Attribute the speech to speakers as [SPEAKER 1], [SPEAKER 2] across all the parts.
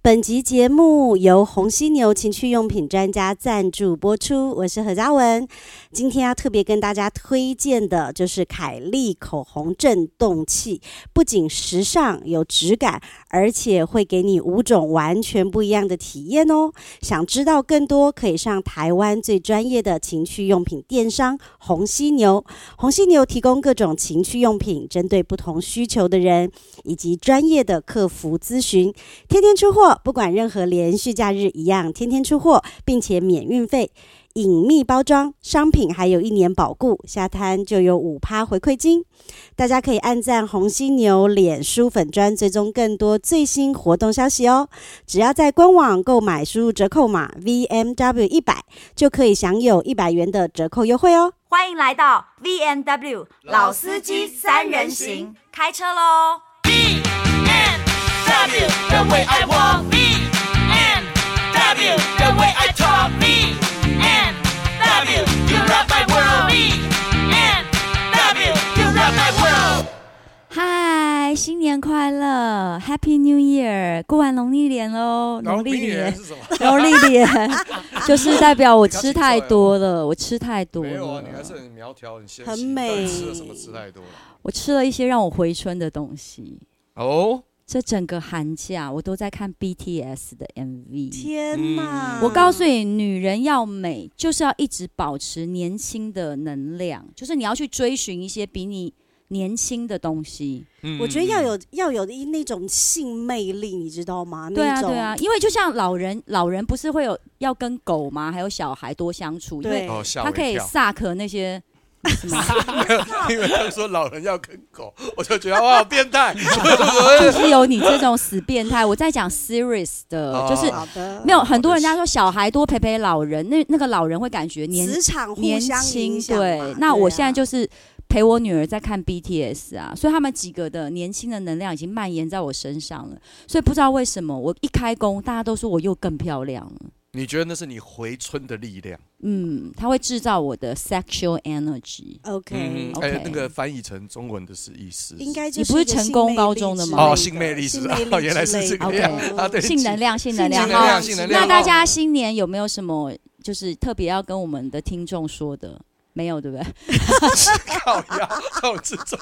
[SPEAKER 1] 本集节目由红犀牛情趣用品专家赞助播出，我是何嘉文。今天要特别跟大家推荐的就是凯利口红震动器，不仅时尚有质感，而且会给你五种完全不一样的体验哦。想知道更多，可以上台湾最专业的情趣用品电商红犀牛。红犀牛提供各种情趣用品，针对不同需求的人，以及专业的客服咨询。天天出货，不管任何连续假日一样，天天出货，并且免运费。隐秘包装商品还有一年保固，下单就有五趴回馈金。大家可以按赞红犀牛脸书粉砖，追踪更多最新活动消息哦。只要在官网购买，输入折扣码 VMW 一百，就可以享有一百元的折扣优惠哦。
[SPEAKER 2] 欢迎来到 V N W 老司机三人行，开车喽！
[SPEAKER 3] W the way I walk, me and W the way I talk, me and W you rock my world, me and W you rock my world.
[SPEAKER 4] 嗨，新年快乐，Happy New Year！过完农历年喽，农历
[SPEAKER 5] 人
[SPEAKER 4] 年，
[SPEAKER 5] 是什么？
[SPEAKER 4] 农历年就是代表我吃太
[SPEAKER 5] 你搞清楚了
[SPEAKER 4] 多了，我吃太多
[SPEAKER 5] 没有啊，你还
[SPEAKER 4] 了，
[SPEAKER 5] 是很苗条，很纤细。
[SPEAKER 1] 很美
[SPEAKER 5] 到底吃了什么吃太多了？
[SPEAKER 4] 我吃了一些让我回春的东西。
[SPEAKER 5] 哦，
[SPEAKER 4] 这整个寒假我都在看 BTS 的 MV。
[SPEAKER 1] 天哪！
[SPEAKER 4] 嗯我告诉你，女人要美，就是要一直保持年轻的能量，就是你要去追寻一些比你年轻的东西。
[SPEAKER 5] 嗯
[SPEAKER 1] 我觉得要有要有一那种性魅力，你知道吗？
[SPEAKER 4] 对啊，
[SPEAKER 1] 那种
[SPEAKER 4] 对啊，，因为就像老人，老人不是会有要跟狗吗？还有小孩多相处，因为
[SPEAKER 1] 对，
[SPEAKER 5] 哦，吓我
[SPEAKER 4] 他
[SPEAKER 5] 一
[SPEAKER 4] 可以
[SPEAKER 5] 跳，
[SPEAKER 4] 萨克那些什么，
[SPEAKER 5] 因为他说老人要跟狗， 我就觉得哇，好 变态。哎
[SPEAKER 4] 就是有你这种死变态。我在讲 serious 的，
[SPEAKER 5] 哦
[SPEAKER 4] 就是
[SPEAKER 1] 好的，
[SPEAKER 4] 没有很多人家说小孩多陪陪老人，那那个老人会感觉年
[SPEAKER 1] 磁场互
[SPEAKER 4] 年
[SPEAKER 1] 相影
[SPEAKER 4] 轻。
[SPEAKER 1] 响嘛。
[SPEAKER 4] 对，那我现
[SPEAKER 1] 对
[SPEAKER 4] 在
[SPEAKER 1] 啊
[SPEAKER 4] 就是陪我女儿在看 BTS 啊，所以他们几个的年轻的能量已经蔓延在我身上了。所以不知道为什么，我一开工，大家都说我又更漂亮了。
[SPEAKER 5] 你觉得那是你回春的力量？
[SPEAKER 4] 嗯，它会制造我的 sexual energy。
[SPEAKER 1] OK，
[SPEAKER 4] OK
[SPEAKER 5] 哎，那个翻译成中文的是意思
[SPEAKER 1] 应该就
[SPEAKER 4] 你不是
[SPEAKER 1] 一个性
[SPEAKER 4] 成功高中
[SPEAKER 1] 魅
[SPEAKER 4] 的
[SPEAKER 1] 力
[SPEAKER 4] 吗
[SPEAKER 1] 之类
[SPEAKER 5] 哦性魅力是
[SPEAKER 1] 性
[SPEAKER 5] 吧
[SPEAKER 1] 魅
[SPEAKER 5] 哦
[SPEAKER 1] 力
[SPEAKER 5] 原来是
[SPEAKER 1] 之类
[SPEAKER 5] 这个
[SPEAKER 1] 的
[SPEAKER 4] 样
[SPEAKER 5] 啊对
[SPEAKER 4] 性能量，性能量
[SPEAKER 5] 性能量
[SPEAKER 4] 好
[SPEAKER 5] 性能量
[SPEAKER 4] 那
[SPEAKER 5] 哦
[SPEAKER 4] 大家新年有没有什么就是特别要跟我们的听众说的？没有，对不对？
[SPEAKER 5] 靠 腰，让我这种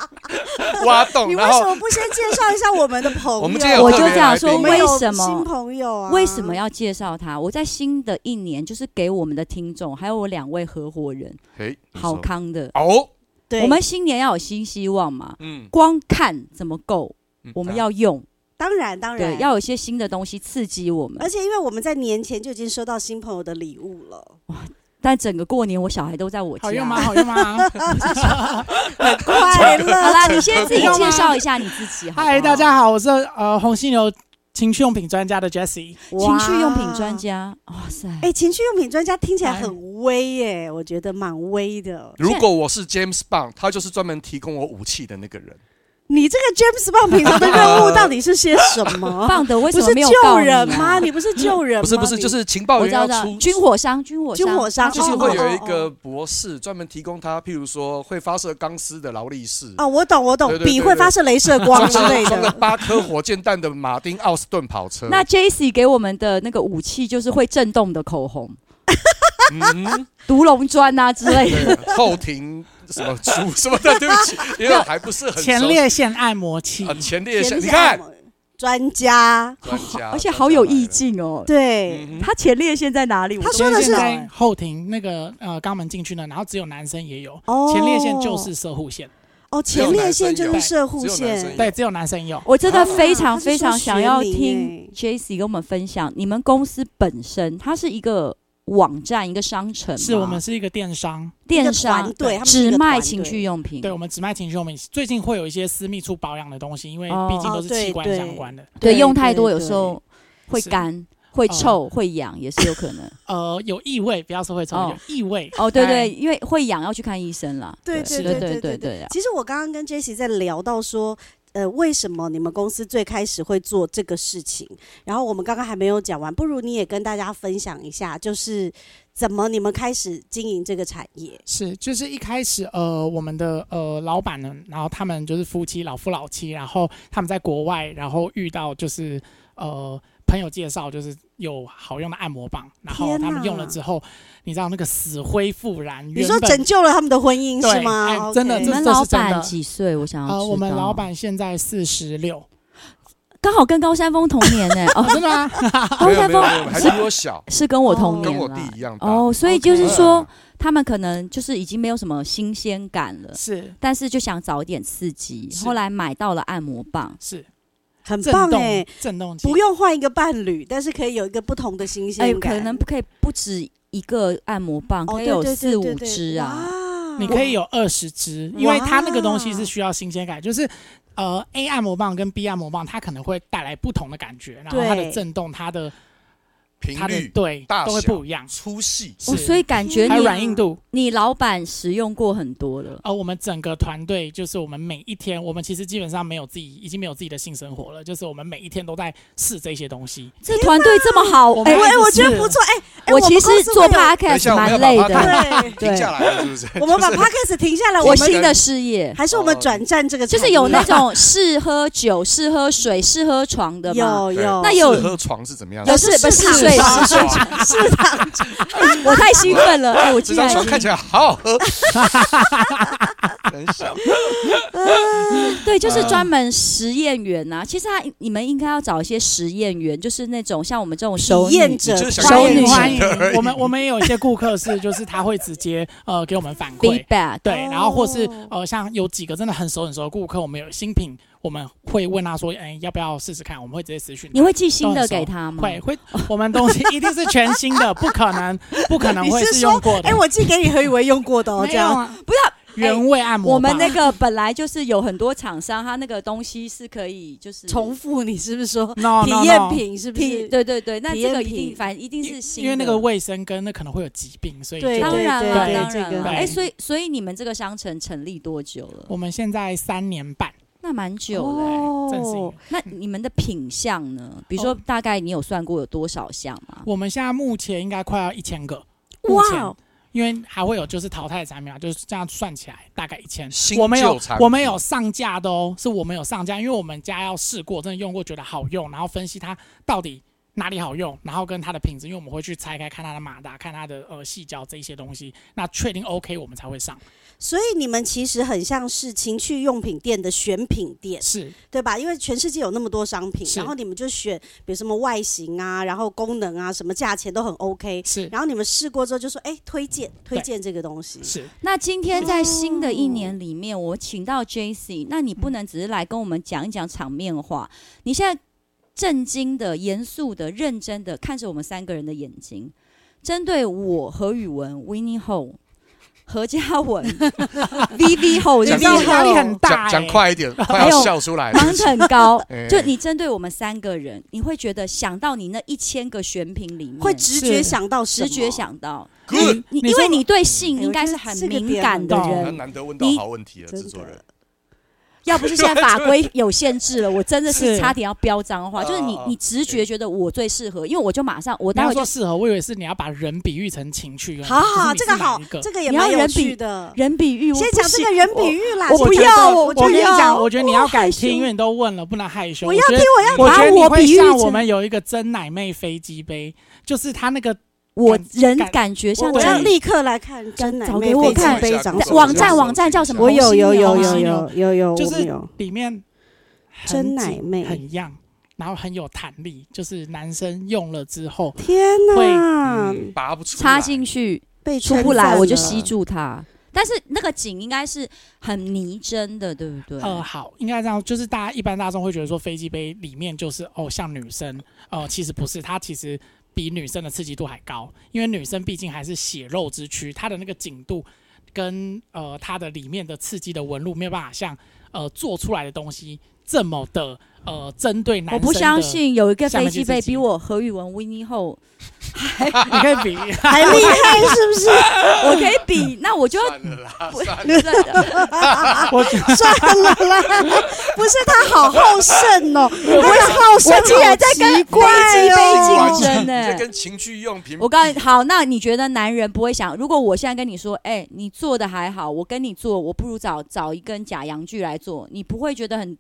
[SPEAKER 5] 挖洞，
[SPEAKER 1] 你为
[SPEAKER 5] 然
[SPEAKER 1] 什
[SPEAKER 5] 后
[SPEAKER 1] 么不先介绍一下我们的朋友？
[SPEAKER 5] 我们今天有
[SPEAKER 4] 我
[SPEAKER 5] 特
[SPEAKER 4] 就
[SPEAKER 5] 别
[SPEAKER 4] 这样
[SPEAKER 5] 来宾
[SPEAKER 4] 说，
[SPEAKER 1] 我们
[SPEAKER 4] 为
[SPEAKER 1] 有新
[SPEAKER 4] 什么？
[SPEAKER 1] 朋友啊？
[SPEAKER 4] 为什么要介绍他？我在新的一年，就是给我们的听众，还有我两位合伙人，
[SPEAKER 5] 嘿，你
[SPEAKER 4] 好
[SPEAKER 5] 说
[SPEAKER 4] 康的，
[SPEAKER 5] 哦，
[SPEAKER 1] 对
[SPEAKER 4] 我们新年要有新希望嘛。
[SPEAKER 5] 嗯，
[SPEAKER 4] 光看怎么够，
[SPEAKER 5] 嗯
[SPEAKER 4] 我们
[SPEAKER 5] 啊
[SPEAKER 4] 要用，
[SPEAKER 1] 当然当
[SPEAKER 4] 对，
[SPEAKER 1] 然
[SPEAKER 4] 要有一些新的东西刺激我们
[SPEAKER 1] 而。且因为我们在年前就已经收到新朋友的礼物 了，
[SPEAKER 4] 但整个过年，我小孩都在我家。
[SPEAKER 6] 好用吗？好用吗？
[SPEAKER 1] 快
[SPEAKER 4] 好
[SPEAKER 1] 乐
[SPEAKER 4] 啦，你先自己介绍一下你自己好不好。啊
[SPEAKER 6] 嗨，大家好，我是呃红犀牛情趣用品专家的 Jesse。
[SPEAKER 4] 情趣用品
[SPEAKER 1] 哇
[SPEAKER 4] 专。家，哇塞，
[SPEAKER 1] 哎，情趣用品专家听起来很威耶，我觉得蛮威的。
[SPEAKER 5] 如果我是 James Bond，他就是专门提供我武器的那个人。
[SPEAKER 1] 你这个 James Bond 平常的任务到底是些什么？
[SPEAKER 4] 棒 的为什
[SPEAKER 1] 不
[SPEAKER 4] 么
[SPEAKER 1] 是
[SPEAKER 4] 没有告
[SPEAKER 1] 救
[SPEAKER 4] 你啊
[SPEAKER 1] 人吗？？你不是救人吗？
[SPEAKER 5] 不是不是，
[SPEAKER 1] 你
[SPEAKER 5] 就是情报
[SPEAKER 4] 我知
[SPEAKER 5] 员
[SPEAKER 4] 道
[SPEAKER 5] 要
[SPEAKER 4] 知道
[SPEAKER 5] 出
[SPEAKER 4] 军火商，军火商，
[SPEAKER 1] 军火商
[SPEAKER 5] 就是会有一
[SPEAKER 1] 哦哦
[SPEAKER 5] 个博士专门提供他，譬如说会发射钢丝的劳力士，
[SPEAKER 1] 哦，我懂我懂
[SPEAKER 5] 对，对对
[SPEAKER 1] 笔会发射镭射光之类
[SPEAKER 5] 装了
[SPEAKER 1] 的。
[SPEAKER 5] 八颗火箭弹的马丁奥斯顿跑车。
[SPEAKER 4] 那 Jacy 给我们的那个武器就是会震动的口红、
[SPEAKER 5] 嗯，
[SPEAKER 4] 独龙砖啊之类的。
[SPEAKER 5] 对，后庭什么猪什么的，对不起，因为我还不是很
[SPEAKER 6] 前
[SPEAKER 5] 熟
[SPEAKER 6] 列腺按摩器
[SPEAKER 5] 啊，，前列腺，你
[SPEAKER 1] 天
[SPEAKER 5] 看
[SPEAKER 1] 下，专家，
[SPEAKER 5] 专家
[SPEAKER 4] 而且好有意。境哦。
[SPEAKER 1] 对，
[SPEAKER 5] 嗯哼
[SPEAKER 4] 他前列腺在哪里？
[SPEAKER 1] 他
[SPEAKER 4] 我都
[SPEAKER 1] 说的是
[SPEAKER 6] 前列腺在后庭那个呃肛门进去呢，然后只有男生也有，
[SPEAKER 1] 哦
[SPEAKER 6] 前列腺就是射护腺，
[SPEAKER 1] 哦，前列腺就是射护
[SPEAKER 5] 只有男生
[SPEAKER 1] 腺
[SPEAKER 5] 有，
[SPEAKER 6] 对，只有男生有。
[SPEAKER 4] 我真的非
[SPEAKER 1] 啊
[SPEAKER 4] 常非常想要
[SPEAKER 1] 他是说学
[SPEAKER 4] 听
[SPEAKER 1] 名
[SPEAKER 4] Jacy 跟我们分享，你们公司本身它是一个网站，一个商城吗，
[SPEAKER 6] 是我们是一个电商，
[SPEAKER 4] 电商
[SPEAKER 1] 对，
[SPEAKER 4] 只卖情趣用品，
[SPEAKER 6] 对我们只卖情趣用品，最近会有一些私密处保养的东西，因为
[SPEAKER 4] 哦
[SPEAKER 6] 毕竟都
[SPEAKER 1] 哦
[SPEAKER 6] 是
[SPEAKER 1] 对
[SPEAKER 6] 器官
[SPEAKER 1] 对
[SPEAKER 6] 相关的。
[SPEAKER 4] 对，
[SPEAKER 1] 对
[SPEAKER 4] 用太多
[SPEAKER 1] 对
[SPEAKER 4] 有时候会
[SPEAKER 6] 是
[SPEAKER 4] 干、会
[SPEAKER 6] 哦
[SPEAKER 4] 臭、会痒，也是有可能。
[SPEAKER 6] 呃，有异味，不要说会臭，
[SPEAKER 4] 哦
[SPEAKER 6] 有异味。
[SPEAKER 4] 哦，对对，
[SPEAKER 6] 哎，
[SPEAKER 4] 因为会痒要去看医生啦。
[SPEAKER 1] 对
[SPEAKER 4] 对
[SPEAKER 1] 对对
[SPEAKER 4] 对
[SPEAKER 1] 对
[SPEAKER 4] 对
[SPEAKER 1] 对
[SPEAKER 4] 啊
[SPEAKER 1] 其实我刚刚跟 Jesse 在聊到说。呃，为什么你们公司最开始会做这个事情？然后我们刚刚还没有讲完，不如你也跟大家分享一下，就是怎么你们开始经营这个产业？
[SPEAKER 6] 是，就是一开始，呃，我们的呃老板呢，然后他们就是夫妻，老夫老妻，然后他们在国外，然后遇到就是呃朋友介绍，就是有好用的按摩棒，然后
[SPEAKER 1] 天
[SPEAKER 6] 他们用
[SPEAKER 1] 哪
[SPEAKER 6] 了之后，你知道那个死灰复燃，
[SPEAKER 1] 你
[SPEAKER 6] 原
[SPEAKER 1] 说
[SPEAKER 6] 本
[SPEAKER 1] 拯救了他们的婚姻
[SPEAKER 6] 对
[SPEAKER 1] 是吗？
[SPEAKER 6] 哎
[SPEAKER 1] OK
[SPEAKER 6] 真的
[SPEAKER 4] 你
[SPEAKER 6] 这
[SPEAKER 4] 们
[SPEAKER 6] 这
[SPEAKER 4] 老
[SPEAKER 6] 是真
[SPEAKER 4] 板
[SPEAKER 6] 的
[SPEAKER 4] 几岁？我想要知道。
[SPEAKER 6] 呃，我们老板现在四十六，
[SPEAKER 4] 刚好跟高山峰同年 呢、哦，
[SPEAKER 6] 真的吗？
[SPEAKER 4] 高
[SPEAKER 5] 没有
[SPEAKER 4] 山
[SPEAKER 5] 没
[SPEAKER 4] 峰
[SPEAKER 5] 有哦没有，还比我小，
[SPEAKER 4] 是跟我
[SPEAKER 6] 哦
[SPEAKER 4] 同
[SPEAKER 5] 跟
[SPEAKER 4] 年
[SPEAKER 5] 我
[SPEAKER 4] 啦
[SPEAKER 5] 弟一样大。嗯
[SPEAKER 4] 哦，所以就
[SPEAKER 6] OK 嗯
[SPEAKER 4] 是说，他们可能就是已经没有什么新鲜感
[SPEAKER 1] 呃
[SPEAKER 4] 了，
[SPEAKER 6] 是
[SPEAKER 4] 但是就想找一点刺激，
[SPEAKER 6] 是
[SPEAKER 4] 后来买到了按摩棒。
[SPEAKER 6] 是，
[SPEAKER 1] 很
[SPEAKER 6] 震
[SPEAKER 1] 棒
[SPEAKER 6] 动
[SPEAKER 1] 哎、
[SPEAKER 6] 震动器
[SPEAKER 1] 不用换一个伴侣，但是可以有一个不同的新
[SPEAKER 4] 哎、
[SPEAKER 1] 鲜感。
[SPEAKER 4] 可能可以不止一个按摩棒，
[SPEAKER 1] 哦
[SPEAKER 4] 可以
[SPEAKER 1] 对
[SPEAKER 4] 有
[SPEAKER 1] 对对
[SPEAKER 4] 四
[SPEAKER 1] 对
[SPEAKER 4] 五
[SPEAKER 1] 对
[SPEAKER 4] 支啊。
[SPEAKER 1] 哇
[SPEAKER 6] 你可以有二十支，因为它那个东西是需要新鲜感，就是呃 A 按摩棒跟 B 按摩棒，它可能会带来不同的感觉，然后它
[SPEAKER 1] 对
[SPEAKER 6] 的震动、它的
[SPEAKER 5] 频
[SPEAKER 6] 它的
[SPEAKER 5] 率、
[SPEAKER 6] 对
[SPEAKER 5] 大
[SPEAKER 6] 都会
[SPEAKER 5] 小
[SPEAKER 6] 不一样，
[SPEAKER 5] 粗细，
[SPEAKER 4] 哦，
[SPEAKER 6] 是
[SPEAKER 4] 所以感觉
[SPEAKER 6] 还有
[SPEAKER 4] 你
[SPEAKER 6] 软硬度。哦
[SPEAKER 4] 你老板使用过很多了。
[SPEAKER 6] 而我们整个团队就是我们每一天，我们其实基本上没有自己，已经没有自己的性生活了，就是我们每一天都在试这些东西。
[SPEAKER 4] 这团队这么好，
[SPEAKER 6] 我
[SPEAKER 4] 哎、
[SPEAKER 6] 们
[SPEAKER 1] 哎、我觉得
[SPEAKER 6] 是
[SPEAKER 1] 不错哎、哎
[SPEAKER 4] 我
[SPEAKER 1] 们
[SPEAKER 4] 其实
[SPEAKER 1] 公司
[SPEAKER 4] 做
[SPEAKER 1] 会有
[SPEAKER 4] podcast 蛮累
[SPEAKER 5] 等一下我们
[SPEAKER 4] 的，
[SPEAKER 1] 对，
[SPEAKER 5] 停下来了是不是？
[SPEAKER 1] 我们把
[SPEAKER 5] 就是
[SPEAKER 1] podcast 停下来，我
[SPEAKER 4] 我
[SPEAKER 1] 们
[SPEAKER 4] 新的事 业。
[SPEAKER 1] 还是我们
[SPEAKER 5] 哦
[SPEAKER 1] 转战这个
[SPEAKER 4] 就
[SPEAKER 1] 产业，
[SPEAKER 4] 是有那种适喝酒、适喝水、适喝床的嘛。
[SPEAKER 1] 有
[SPEAKER 5] 对
[SPEAKER 1] 有，
[SPEAKER 4] 那有
[SPEAKER 5] 适合床是怎么样？
[SPEAKER 4] 有是不是
[SPEAKER 1] 是
[SPEAKER 4] 睡？
[SPEAKER 1] 躺
[SPEAKER 4] 是睡
[SPEAKER 5] 床
[SPEAKER 1] 是的，
[SPEAKER 4] 我太兴奋了，哎，我
[SPEAKER 5] 这
[SPEAKER 4] 竟
[SPEAKER 5] 张
[SPEAKER 4] 然
[SPEAKER 5] 床看起来好好 喝，很小。
[SPEAKER 4] 对，就是专门实验员呐、其实他你们应该要找一些实验员，就是那种像我们这种熟
[SPEAKER 1] 体
[SPEAKER 4] 女
[SPEAKER 1] 验
[SPEAKER 5] 你
[SPEAKER 1] 者
[SPEAKER 5] 就，想
[SPEAKER 6] 欢
[SPEAKER 4] 熟
[SPEAKER 6] 迎
[SPEAKER 4] 女
[SPEAKER 6] 欢迎
[SPEAKER 5] 而，已
[SPEAKER 6] 我们我们也有一些顾客是，就是他会直接呃给我们反馈，
[SPEAKER 4] feedback。
[SPEAKER 6] 对，然后或是
[SPEAKER 1] 哦
[SPEAKER 6] 呃，像有几个真的很熟很熟的顾客，我们有新品，我们会问他说，哎、要不要试试看？我们会直接私讯他。
[SPEAKER 4] 你会寄新的给他吗？
[SPEAKER 6] 会会，我们东西一定是全新的，不可能不可能
[SPEAKER 1] 你
[SPEAKER 6] 会
[SPEAKER 1] 是
[SPEAKER 6] 用
[SPEAKER 1] 说
[SPEAKER 6] 过， 的。
[SPEAKER 1] 哎，我寄给你何以为用过的哦，
[SPEAKER 6] 没
[SPEAKER 1] 这
[SPEAKER 6] 有
[SPEAKER 1] 样
[SPEAKER 6] 啊
[SPEAKER 4] 不要
[SPEAKER 6] 原味按摩棒，
[SPEAKER 4] 我们那个本来就是有很多厂商，他那个东西是可以就是
[SPEAKER 1] 重复，你是不是 说
[SPEAKER 6] no,
[SPEAKER 1] 体
[SPEAKER 6] no,
[SPEAKER 1] 验
[SPEAKER 6] no
[SPEAKER 1] 品是不
[SPEAKER 4] 体
[SPEAKER 1] 是？
[SPEAKER 4] 对对对，那
[SPEAKER 1] 体
[SPEAKER 4] 这个
[SPEAKER 1] 验
[SPEAKER 4] 一定
[SPEAKER 1] 品
[SPEAKER 4] 反正一定
[SPEAKER 6] 因
[SPEAKER 4] 是新的，
[SPEAKER 6] 因为那个卫生跟那可能会有疾病，所以
[SPEAKER 1] 对
[SPEAKER 6] 就
[SPEAKER 4] 当然
[SPEAKER 1] 对
[SPEAKER 4] 了，
[SPEAKER 6] 对
[SPEAKER 4] 当
[SPEAKER 1] 这
[SPEAKER 4] 然
[SPEAKER 1] 个
[SPEAKER 4] 了，
[SPEAKER 6] 对
[SPEAKER 4] 哎，所以所以你们这个商城成立多久了？
[SPEAKER 6] 我们现在三年半，
[SPEAKER 4] 那蛮久了、
[SPEAKER 6] 对
[SPEAKER 1] 哦
[SPEAKER 6] 正式营运。
[SPEAKER 4] 那你们的品相呢？比如
[SPEAKER 6] 哦
[SPEAKER 4] 说，大概你有算过有多少项吗？
[SPEAKER 6] 我们现在目前应该快要一千个，目
[SPEAKER 4] 哦
[SPEAKER 6] 前
[SPEAKER 1] 哇，
[SPEAKER 6] 因为还会有就是淘汰的产品啊，就是这样算起来大概一千
[SPEAKER 5] 新。
[SPEAKER 6] 我们有
[SPEAKER 5] 旧产品
[SPEAKER 6] 我们有上架的哦，是我们有上架，因为我们家要试过，真的用过觉得好用，然后分析它到底哪里好用，然后跟它的品质，因为我们会去拆开看它的马达，看它的呃细胶这一些东西，那确定 OK 我们才会上。
[SPEAKER 1] 所以你们其实很像是情趣用品店的选品店，
[SPEAKER 6] 是
[SPEAKER 1] 对吧？因为全世界有那么多商品，
[SPEAKER 6] 是
[SPEAKER 1] 然后你们就选，比如什么外形啊，然后功能啊，什么价钱都很 OK。
[SPEAKER 6] 是
[SPEAKER 1] 然后你们试过之后就说，哎，推荐推荐这个东西，
[SPEAKER 6] 是，
[SPEAKER 4] 那今天在新的一年里面，我请到 J C，那你不能只是来跟我们讲一讲场面话，你现在震惊的、严肃的、认真的看着我们三个人的眼睛，针对我何宇文、Winnie Ho、何 嘉文、V V Ho，
[SPEAKER 6] 你
[SPEAKER 5] 讲
[SPEAKER 6] 知道压力很大、
[SPEAKER 5] 讲
[SPEAKER 6] 欸，
[SPEAKER 5] 讲快一点，快
[SPEAKER 4] 还
[SPEAKER 5] 要
[SPEAKER 4] 有
[SPEAKER 5] 笑出来了。
[SPEAKER 4] 盲很 高
[SPEAKER 5] 哎，
[SPEAKER 4] 就你针对我们三个人，你会觉得想到你那一千个选品里面，
[SPEAKER 1] 会直觉
[SPEAKER 6] 是
[SPEAKER 1] 想到什么
[SPEAKER 4] 直觉，想到
[SPEAKER 5] Good，哦
[SPEAKER 4] 你，
[SPEAKER 6] 你
[SPEAKER 4] 因
[SPEAKER 6] 说
[SPEAKER 4] 为你对性
[SPEAKER 1] 哎
[SPEAKER 4] 应
[SPEAKER 1] 我
[SPEAKER 4] 该
[SPEAKER 1] 觉
[SPEAKER 4] 是
[SPEAKER 1] 得
[SPEAKER 4] 很
[SPEAKER 1] 这个
[SPEAKER 4] 敏
[SPEAKER 1] 点
[SPEAKER 4] 感
[SPEAKER 1] 很
[SPEAKER 4] 的
[SPEAKER 6] 棒
[SPEAKER 4] 人，
[SPEAKER 5] 难得问到
[SPEAKER 4] 你
[SPEAKER 5] 好问题了，
[SPEAKER 1] 真
[SPEAKER 5] 制
[SPEAKER 1] 的
[SPEAKER 5] 作人。
[SPEAKER 4] 要不是现在法规有限制了，我真的是
[SPEAKER 6] 是
[SPEAKER 4] 差点要飙脏话。就是你
[SPEAKER 5] 哦，
[SPEAKER 4] 你直觉觉得我最适合，因为我就马上，我
[SPEAKER 6] 你
[SPEAKER 4] 待
[SPEAKER 6] 要
[SPEAKER 4] 会就
[SPEAKER 6] 说适合，我以为是你要把人比喻成情趣用品。
[SPEAKER 1] 好好，
[SPEAKER 6] 可
[SPEAKER 1] 这
[SPEAKER 6] 是你是
[SPEAKER 1] 好
[SPEAKER 6] 哪一个，
[SPEAKER 1] 这个也
[SPEAKER 4] 你要
[SPEAKER 1] 蛮有
[SPEAKER 4] 人比
[SPEAKER 1] 趣的。
[SPEAKER 4] 人比喻。我
[SPEAKER 1] 先
[SPEAKER 4] 不
[SPEAKER 1] 讲这
[SPEAKER 4] 行
[SPEAKER 1] 个人比喻啦，
[SPEAKER 4] 我
[SPEAKER 1] 先
[SPEAKER 4] 不
[SPEAKER 1] 讲
[SPEAKER 4] 要
[SPEAKER 1] 这个
[SPEAKER 4] 我
[SPEAKER 1] 我
[SPEAKER 4] 就
[SPEAKER 6] 我跟你
[SPEAKER 1] 要
[SPEAKER 6] 讲，我觉得你要改
[SPEAKER 4] 我害羞
[SPEAKER 6] 听，因为你都问了，不能害羞。
[SPEAKER 1] 我要
[SPEAKER 6] 觉
[SPEAKER 1] 听
[SPEAKER 6] 得，
[SPEAKER 1] 我要
[SPEAKER 6] 我觉得你
[SPEAKER 4] 把我
[SPEAKER 6] 会
[SPEAKER 4] 比喻
[SPEAKER 6] 像
[SPEAKER 4] 成
[SPEAKER 6] 我们有一个真奶妹飞机杯，就是它那个
[SPEAKER 4] 我人
[SPEAKER 6] 感
[SPEAKER 4] 感觉像
[SPEAKER 1] 我
[SPEAKER 6] 对
[SPEAKER 1] 要
[SPEAKER 4] 真的
[SPEAKER 1] 立刻来看真奶
[SPEAKER 4] 找
[SPEAKER 1] 妹
[SPEAKER 4] 给我
[SPEAKER 1] 飞机
[SPEAKER 4] 看
[SPEAKER 1] 杯
[SPEAKER 5] 一下
[SPEAKER 1] 长
[SPEAKER 5] 我
[SPEAKER 1] 什么
[SPEAKER 4] 网
[SPEAKER 1] 样
[SPEAKER 4] 站
[SPEAKER 1] 子
[SPEAKER 4] 网站叫什么？
[SPEAKER 1] 我有有有
[SPEAKER 6] 红
[SPEAKER 4] 哦
[SPEAKER 1] 有
[SPEAKER 6] 犀牛
[SPEAKER 1] 有有有，
[SPEAKER 6] 就
[SPEAKER 1] 我
[SPEAKER 6] 是
[SPEAKER 1] 有
[SPEAKER 6] 里面很
[SPEAKER 1] 真
[SPEAKER 6] 紧
[SPEAKER 1] 奶妹
[SPEAKER 6] 很样，然后很有弹力，就是男生用了之后，
[SPEAKER 1] 天哪，
[SPEAKER 5] 嗯拔不出来，
[SPEAKER 4] 插进去
[SPEAKER 1] 被
[SPEAKER 4] 出
[SPEAKER 1] 称
[SPEAKER 4] 不来，
[SPEAKER 1] 赞
[SPEAKER 4] 我就
[SPEAKER 1] 了
[SPEAKER 4] 吸住它。但是那个景应该是很拟真的，对不对？
[SPEAKER 6] 呃，好，应该这样，就是大家一般大众会觉得说飞机杯里面就是哦，像女生，呃，其实不是，它其实比女生的刺激度还高，因为女生毕竟还是血肉之躯，它的那个紧度跟呃它的里面的刺激的纹路没有办法像呃做出来的东西这么的呃针对男
[SPEAKER 4] 我
[SPEAKER 6] 生。
[SPEAKER 4] 不相，信有一个
[SPEAKER 6] 下
[SPEAKER 4] 飞
[SPEAKER 6] 面
[SPEAKER 4] 机
[SPEAKER 6] 就
[SPEAKER 4] 被
[SPEAKER 6] 自己
[SPEAKER 4] 比我何宇文 Winnie 后，
[SPEAKER 6] 你可以比，
[SPEAKER 1] 还厉害是不 是？
[SPEAKER 4] 我可以比，那我就要
[SPEAKER 5] 算了 啦，
[SPEAKER 4] 不
[SPEAKER 5] 算了。
[SPEAKER 4] 真 的
[SPEAKER 6] 我
[SPEAKER 1] 算了啦，不是他好好胜哦，他好胜，
[SPEAKER 4] 我竟然在跟
[SPEAKER 1] 好奇怪
[SPEAKER 4] 飞机杯
[SPEAKER 1] 哦
[SPEAKER 4] 竞争呢
[SPEAKER 5] 你在跟情趣用品，
[SPEAKER 4] 我告诉你，好，那你觉得男人不会想？如果我现在跟你说，哎、你做的还好，我跟你做，我不如找找一根假阳具来做，你不会觉得很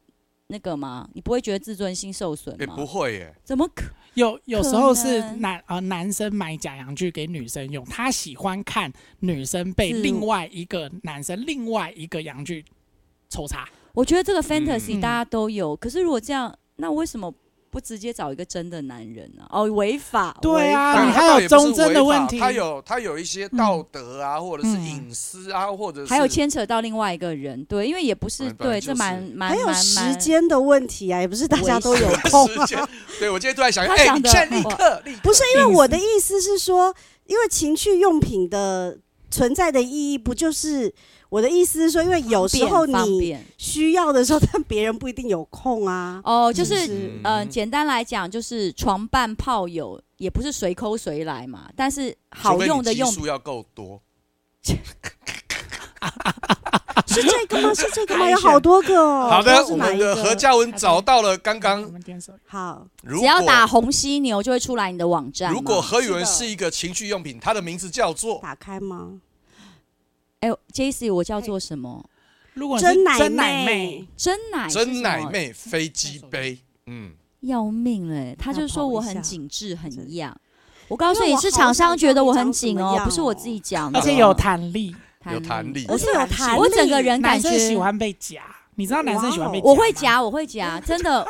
[SPEAKER 4] 那个吗？你不会觉得自尊心受损
[SPEAKER 5] 也
[SPEAKER 4] 吗？
[SPEAKER 5] 哎不会耶，
[SPEAKER 4] 怎么可？
[SPEAKER 6] 有有时候是
[SPEAKER 4] 可能
[SPEAKER 6] 男呃男生买假洋剧给女生用，他喜欢看女生被
[SPEAKER 4] 自
[SPEAKER 6] 另外一个男生另外一个洋剧抽查。
[SPEAKER 4] 我觉得这个 fantasy
[SPEAKER 6] 嗯
[SPEAKER 4] 大家都有，可是如果这样，那为什么不直接找一个真的男人呢、哦，违法。
[SPEAKER 6] 对啊
[SPEAKER 4] 违
[SPEAKER 6] 你
[SPEAKER 4] 法
[SPEAKER 6] 还有忠贞的问题
[SPEAKER 5] 他有他有一些道德啊，或者是隐私啊，或者是
[SPEAKER 4] 嗯
[SPEAKER 5] 哎
[SPEAKER 4] 还有牵扯到另外一个人，对，因为也不是
[SPEAKER 5] 本
[SPEAKER 4] 对，
[SPEAKER 5] 来就是
[SPEAKER 4] 这蛮蛮
[SPEAKER 1] 还有
[SPEAKER 4] 蛮
[SPEAKER 1] 时
[SPEAKER 4] 蛮。
[SPEAKER 1] 间的问题啊，也不是大家都有空
[SPEAKER 5] 时
[SPEAKER 1] 啊。
[SPEAKER 5] 间。 对我今天突然想，
[SPEAKER 4] 他
[SPEAKER 5] 哎，
[SPEAKER 4] 想
[SPEAKER 5] 你
[SPEAKER 4] 的
[SPEAKER 5] 现在立刻立刻
[SPEAKER 1] 不是因为我的意思是说，因为情趣用品的存在的意义，不就是我的意思是说，因为有时候
[SPEAKER 4] 方
[SPEAKER 1] 你
[SPEAKER 4] 便
[SPEAKER 1] 需要的时候，但别人不一定有空 啊。
[SPEAKER 5] 嗯
[SPEAKER 4] 哦，就
[SPEAKER 1] 不
[SPEAKER 4] 是
[SPEAKER 1] 是
[SPEAKER 4] 呃，简单来讲就是床伴炮友，也不是随抠随来嘛，但是好用的用
[SPEAKER 5] 除非你基数要够多，
[SPEAKER 1] 是这个吗？是这个吗？
[SPEAKER 6] 海
[SPEAKER 1] 有
[SPEAKER 6] 选
[SPEAKER 1] 好多个哦。
[SPEAKER 5] 好
[SPEAKER 1] 不
[SPEAKER 5] 的，
[SPEAKER 1] 知道是
[SPEAKER 5] 我
[SPEAKER 1] 哪
[SPEAKER 5] 们
[SPEAKER 1] 一
[SPEAKER 5] 的
[SPEAKER 1] 个
[SPEAKER 5] 何嘉文找到了刚
[SPEAKER 6] 我
[SPEAKER 5] 刚，
[SPEAKER 6] 们点手
[SPEAKER 1] 好，
[SPEAKER 5] 如
[SPEAKER 4] 只
[SPEAKER 5] 果
[SPEAKER 4] 要打红犀牛就会出来你的网站嘛。
[SPEAKER 5] 如果何宇文
[SPEAKER 1] 是的
[SPEAKER 5] 是一个情趣用品，它的名字叫做
[SPEAKER 1] 打开吗？
[SPEAKER 4] 哎，J C，我叫做什么？
[SPEAKER 6] 如果你是
[SPEAKER 1] 真奶
[SPEAKER 6] 真奶妹，
[SPEAKER 4] 真奶，
[SPEAKER 5] 真奶，妹飞机杯。嗯，
[SPEAKER 4] 要命嘞！他就说我很紧致，很样。我告诉
[SPEAKER 1] 因为
[SPEAKER 4] 你，
[SPEAKER 1] 我
[SPEAKER 4] 是厂商觉得我很紧
[SPEAKER 1] 好
[SPEAKER 4] 哦
[SPEAKER 1] 像，
[SPEAKER 4] 不是我自己讲的，哦
[SPEAKER 6] 而且有弹力，
[SPEAKER 5] 有弹力
[SPEAKER 1] 我
[SPEAKER 4] 我
[SPEAKER 1] 是有弹力，
[SPEAKER 4] 啊我整个人
[SPEAKER 6] 男
[SPEAKER 4] 感
[SPEAKER 6] 生
[SPEAKER 4] 觉
[SPEAKER 6] 喜欢被夹，你知道男生喜欢被夹
[SPEAKER 4] 哦
[SPEAKER 6] 吗
[SPEAKER 4] 我会，
[SPEAKER 1] 啊
[SPEAKER 4] 夹，我 会夹，真的，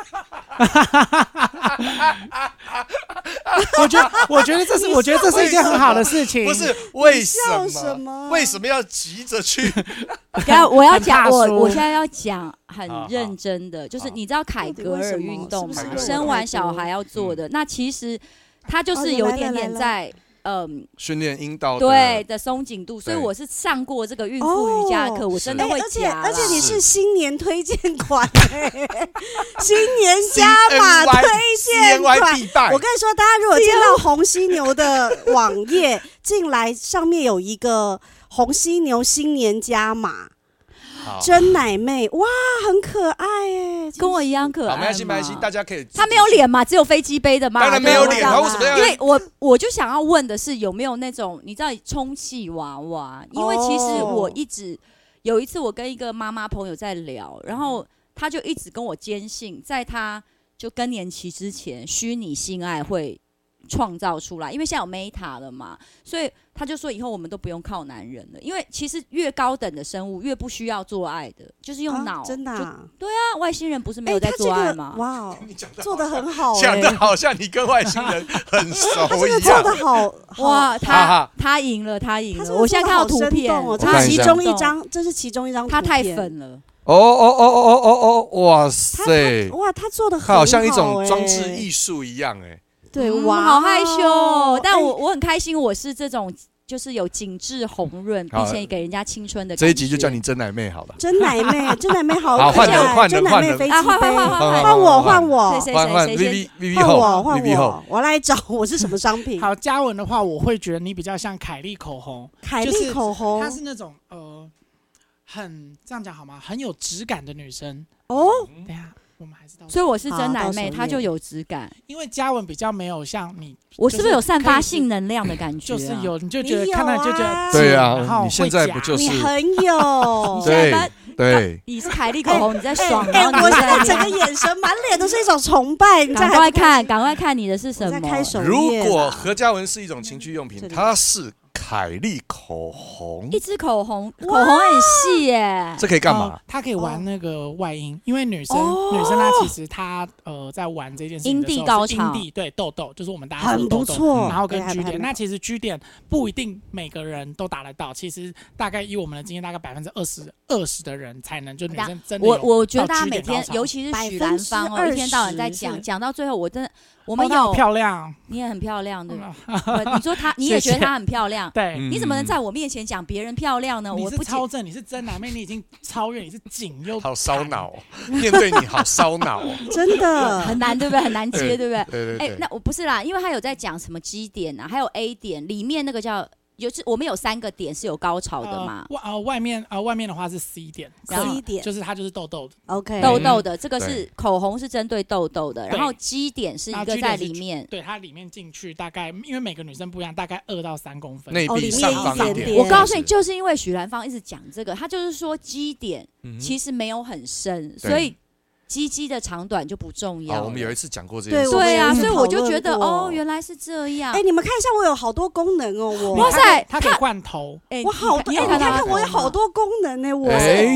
[SPEAKER 6] 我觉得我觉得 这是我觉得这是一件很好的事情，
[SPEAKER 5] 不是为什
[SPEAKER 1] 笑什
[SPEAKER 5] 么？
[SPEAKER 1] 么？
[SPEAKER 5] 为什么要急着去？
[SPEAKER 4] 要我要
[SPEAKER 6] 很怕
[SPEAKER 4] 讲，我
[SPEAKER 6] 输
[SPEAKER 4] 我现在要讲很
[SPEAKER 5] 好好
[SPEAKER 4] 认真的，就是
[SPEAKER 5] 好
[SPEAKER 4] 你知道凯格尔运动
[SPEAKER 5] 到底
[SPEAKER 4] 嘛，
[SPEAKER 5] 为什么是不是
[SPEAKER 4] 生完小孩要做
[SPEAKER 5] 嗯
[SPEAKER 4] 的，那其实它
[SPEAKER 1] 哦
[SPEAKER 4] 就是有点点在。嗯，
[SPEAKER 5] 训练阴道的
[SPEAKER 4] 对的松紧度，所以
[SPEAKER 5] 哦对
[SPEAKER 4] 我是上过这个孕妇瑜伽的
[SPEAKER 1] 哦
[SPEAKER 4] 课，我真
[SPEAKER 5] 是
[SPEAKER 4] 的
[SPEAKER 1] 哎
[SPEAKER 4] 会
[SPEAKER 1] 而且
[SPEAKER 4] 夹啦。
[SPEAKER 1] 而且你是
[SPEAKER 5] 是
[SPEAKER 1] 新年推荐款、欸， 新年加码
[SPEAKER 5] CNY
[SPEAKER 1] 推荐
[SPEAKER 5] CNY
[SPEAKER 1] 款。
[SPEAKER 5] 必败
[SPEAKER 1] 我跟你说，大家如果见到红犀牛的网 页进来，上面有一个红犀牛新年加码
[SPEAKER 5] 好
[SPEAKER 1] 真奶妹，哇，很可爱哎、
[SPEAKER 4] 跟我一样可爱
[SPEAKER 5] 好，
[SPEAKER 4] 嘛。
[SPEAKER 5] 没关系，没关系，大家可以。
[SPEAKER 4] 他没有，脸嘛，只有飞机杯的嘛。
[SPEAKER 5] 当然没有脸，
[SPEAKER 1] 对我
[SPEAKER 5] 哦他
[SPEAKER 1] 懂
[SPEAKER 5] 为什么要
[SPEAKER 4] 因？为我我就想要问的是有没有那种你知道充气娃娃？因为其实
[SPEAKER 1] 哦
[SPEAKER 4] 我一直有一次我跟一个妈妈朋友在聊，然后
[SPEAKER 1] 嗯
[SPEAKER 4] 她就一直跟我坚信，在她就更年期之前，虚拟性爱会创造出来，因为现在有 Meta 了嘛，所以她就说以后我们都不用靠男人了，因为其实越高等的生物越不需要做爱的，就是用脑、
[SPEAKER 1] 啊、真的、
[SPEAKER 4] 就
[SPEAKER 1] 啊，
[SPEAKER 4] 那外星人不是没
[SPEAKER 1] 哎
[SPEAKER 4] 有在
[SPEAKER 1] 他
[SPEAKER 4] 做爱
[SPEAKER 1] 这个
[SPEAKER 4] 吗？
[SPEAKER 1] 哇哦，
[SPEAKER 5] 你讲
[SPEAKER 1] 做
[SPEAKER 5] 的
[SPEAKER 1] 的很好、
[SPEAKER 5] 讲
[SPEAKER 1] 欸，
[SPEAKER 5] 的好像你跟外星人很
[SPEAKER 1] 他
[SPEAKER 5] 熟
[SPEAKER 1] 这个
[SPEAKER 5] 一
[SPEAKER 1] 做
[SPEAKER 5] 样
[SPEAKER 1] 的。好哇。
[SPEAKER 4] 哇，
[SPEAKER 5] 哈
[SPEAKER 4] 他
[SPEAKER 5] 哈
[SPEAKER 4] 他赢了，他赢
[SPEAKER 1] 他
[SPEAKER 4] 了！
[SPEAKER 1] 这个
[SPEAKER 4] 我现在
[SPEAKER 1] 做得
[SPEAKER 4] 看到
[SPEAKER 1] 好
[SPEAKER 4] 图
[SPEAKER 1] 生
[SPEAKER 4] 片，
[SPEAKER 1] 动哦，
[SPEAKER 5] 我
[SPEAKER 1] 这
[SPEAKER 5] 看
[SPEAKER 1] 是
[SPEAKER 5] 一
[SPEAKER 1] 其
[SPEAKER 5] 下
[SPEAKER 1] 中一张，这是其中一张图
[SPEAKER 4] 他
[SPEAKER 1] 片，
[SPEAKER 4] 太粉了，
[SPEAKER 5] 哦哦哦哦哦哦哇
[SPEAKER 1] 他
[SPEAKER 5] 塞
[SPEAKER 1] 他！哇，他做的
[SPEAKER 5] 它好像一种
[SPEAKER 1] 哎
[SPEAKER 5] 装置
[SPEAKER 1] 艺，
[SPEAKER 5] 艺术一样，哎，
[SPEAKER 1] 对，
[SPEAKER 4] 嗯
[SPEAKER 1] 哇，
[SPEAKER 4] 好害羞哦。但我
[SPEAKER 1] 哎
[SPEAKER 4] 我很开心，我是这种就是有紧致红润，
[SPEAKER 5] 好
[SPEAKER 4] 并且给人家青春的感觉。
[SPEAKER 5] 这一集就叫你真奶妹好了。
[SPEAKER 1] 哎真奶妹， 真奶妹好
[SPEAKER 5] 好
[SPEAKER 1] 可爱，
[SPEAKER 5] 换人换人
[SPEAKER 1] 真奶
[SPEAKER 5] 换
[SPEAKER 1] 妹
[SPEAKER 5] 人
[SPEAKER 1] 飞机
[SPEAKER 4] 啊，换换换
[SPEAKER 1] 杯，
[SPEAKER 4] 换换，
[SPEAKER 1] 换我换
[SPEAKER 4] 谁
[SPEAKER 1] 我
[SPEAKER 4] 谁
[SPEAKER 5] 换换
[SPEAKER 4] 谁谁
[SPEAKER 5] V
[SPEAKER 4] 先
[SPEAKER 5] V V V
[SPEAKER 1] 换我
[SPEAKER 5] 后
[SPEAKER 1] 换
[SPEAKER 5] ，V V 后
[SPEAKER 1] 我，我来找我是什么商品？
[SPEAKER 6] 好，嘉文的话，我会觉得你比较像凯莉口红，
[SPEAKER 1] 凯
[SPEAKER 6] 就
[SPEAKER 1] 莉
[SPEAKER 6] 是
[SPEAKER 1] 口红
[SPEAKER 6] 她是那种呃，很这样讲好吗？很有质感的女生。
[SPEAKER 1] 哦，
[SPEAKER 6] 等一下，我们还是到，
[SPEAKER 4] 所以我是真
[SPEAKER 1] 好
[SPEAKER 4] 奶
[SPEAKER 1] 到手
[SPEAKER 4] 妹，
[SPEAKER 1] 了
[SPEAKER 4] 她就有质感。
[SPEAKER 6] 因为嘉文比较没有像你，
[SPEAKER 4] 我是不是有散发性
[SPEAKER 6] 能？
[SPEAKER 4] 能量的感觉
[SPEAKER 6] 就
[SPEAKER 4] 啊？。
[SPEAKER 6] 是有，你就
[SPEAKER 1] 你
[SPEAKER 6] 觉得看到
[SPEAKER 1] 有
[SPEAKER 6] 就觉
[SPEAKER 1] 啊
[SPEAKER 6] 得
[SPEAKER 5] 对啊
[SPEAKER 6] 嗯然后
[SPEAKER 5] 你现
[SPEAKER 6] 会
[SPEAKER 5] 在
[SPEAKER 6] 夹
[SPEAKER 5] 不就是
[SPEAKER 1] 你很有
[SPEAKER 4] 现在把
[SPEAKER 5] 对，
[SPEAKER 4] 你是凯莉口红，你在
[SPEAKER 1] 哎
[SPEAKER 4] 爽，
[SPEAKER 1] 哎，
[SPEAKER 4] 然后
[SPEAKER 1] 我
[SPEAKER 4] 你
[SPEAKER 1] 现
[SPEAKER 4] 在
[SPEAKER 1] 在整个眼神满脸都是一种崇拜，你在
[SPEAKER 4] 赶快看，赶快看你的是什
[SPEAKER 1] 我在
[SPEAKER 4] 么？
[SPEAKER 1] 开首页啦。
[SPEAKER 5] 如果何嘉文是一种情趣用
[SPEAKER 1] 这
[SPEAKER 5] 品，
[SPEAKER 1] 里
[SPEAKER 5] 它是凯莉口红
[SPEAKER 4] 一，支口红，口红很细耶。
[SPEAKER 5] 这可以干嘛
[SPEAKER 6] 哦？她可以
[SPEAKER 1] 哦
[SPEAKER 6] 玩那个外阴，因为女生
[SPEAKER 1] 哦
[SPEAKER 6] 女生她其实她呃在玩这件事情的时候
[SPEAKER 4] 阴蒂高
[SPEAKER 6] 是
[SPEAKER 4] 潮
[SPEAKER 6] 阴蒂对痘痘，就是我们大家说
[SPEAKER 1] 很
[SPEAKER 6] 的
[SPEAKER 1] 不
[SPEAKER 6] 痘痘。
[SPEAKER 1] 错，
[SPEAKER 6] 然后跟
[SPEAKER 1] 对还啊
[SPEAKER 6] G
[SPEAKER 1] 还
[SPEAKER 6] 点，
[SPEAKER 1] 蛮
[SPEAKER 6] 那其实 G 点不一定每个人都打得到，其实大概以我们的经验，大概百分之二十二十的人才能，就女生真的
[SPEAKER 4] 我
[SPEAKER 6] 有
[SPEAKER 4] 我觉得
[SPEAKER 6] 到
[SPEAKER 4] 大家
[SPEAKER 6] 据
[SPEAKER 4] 每
[SPEAKER 6] 点
[SPEAKER 4] 天
[SPEAKER 6] 高，潮
[SPEAKER 4] 尤其是许兰芳哦，
[SPEAKER 1] 20%
[SPEAKER 4] 一天到晚在讲，
[SPEAKER 1] 是
[SPEAKER 4] 讲到最后，我真的我
[SPEAKER 6] 哦
[SPEAKER 4] 们
[SPEAKER 6] 我
[SPEAKER 4] 有、
[SPEAKER 6] 漂亮，
[SPEAKER 4] 你也很漂亮，对 吧？
[SPEAKER 6] 嗯
[SPEAKER 4] 不你说她，你也觉得她很漂亮，
[SPEAKER 6] 对，
[SPEAKER 5] 嗯
[SPEAKER 4] 你怎么能在我面前讲别人漂亮呢？
[SPEAKER 6] 你
[SPEAKER 4] 我
[SPEAKER 6] 是
[SPEAKER 4] 不解
[SPEAKER 6] 超正，你是真男妹，你已经超越，你是紧又
[SPEAKER 5] 好烧脑，哦，面对你好烧脑哦。
[SPEAKER 1] 真的
[SPEAKER 4] 很难，对不对？很难接，对不对？
[SPEAKER 5] 对
[SPEAKER 4] 哎、
[SPEAKER 5] 对
[SPEAKER 4] 那
[SPEAKER 5] 对，
[SPEAKER 4] 我不是啦，因为他有在讲什么基点啊，还有 A 点里面那个叫，就是我们有三个点是有高潮的嘛
[SPEAKER 6] 呃，外呃外面呃外面的话是 C 点，
[SPEAKER 4] 然后
[SPEAKER 1] 一点
[SPEAKER 6] 就是它就是痘痘的，
[SPEAKER 1] OK，
[SPEAKER 4] 痘痘的这个
[SPEAKER 5] 对
[SPEAKER 4] 是口红是针对痘痘的，然后
[SPEAKER 6] 对
[SPEAKER 4] 基点是一
[SPEAKER 6] 然后
[SPEAKER 4] 个
[SPEAKER 6] G
[SPEAKER 4] 在
[SPEAKER 6] 点是
[SPEAKER 4] 里面，
[SPEAKER 6] 对，它里面进去大概因为每个女生不一样，大概二到三公分，
[SPEAKER 5] 内
[SPEAKER 1] 哦里
[SPEAKER 5] 壁
[SPEAKER 1] 面
[SPEAKER 5] 上
[SPEAKER 1] 一
[SPEAKER 5] 方
[SPEAKER 1] 点
[SPEAKER 5] 点
[SPEAKER 1] 点，
[SPEAKER 4] 我告诉
[SPEAKER 5] 是
[SPEAKER 4] 你，就是因为许兰芳一直讲这个，她就是说基点
[SPEAKER 5] 嗯
[SPEAKER 4] 其实没有很深，
[SPEAKER 5] 对
[SPEAKER 4] 所以鸡鸡的长短就不重要
[SPEAKER 5] 好，
[SPEAKER 4] 了。
[SPEAKER 5] 我们有一次讲过这
[SPEAKER 1] 对
[SPEAKER 5] 件事
[SPEAKER 1] 我，们
[SPEAKER 4] 对啊，
[SPEAKER 1] 也是
[SPEAKER 4] 所以
[SPEAKER 1] 讨
[SPEAKER 4] 我就
[SPEAKER 1] 论
[SPEAKER 4] 觉得
[SPEAKER 1] 过
[SPEAKER 4] 哦，原来是这样。
[SPEAKER 1] 哎，你们看一下，我有好多功能哦，我
[SPEAKER 4] 哇塞
[SPEAKER 6] 它可以换头，
[SPEAKER 4] 哎
[SPEAKER 1] 我好多，
[SPEAKER 4] 你
[SPEAKER 1] 哎，你
[SPEAKER 4] 看
[SPEAKER 1] 看
[SPEAKER 4] 到
[SPEAKER 1] 看
[SPEAKER 4] 它
[SPEAKER 1] 我有好多功能呢，我
[SPEAKER 5] 哎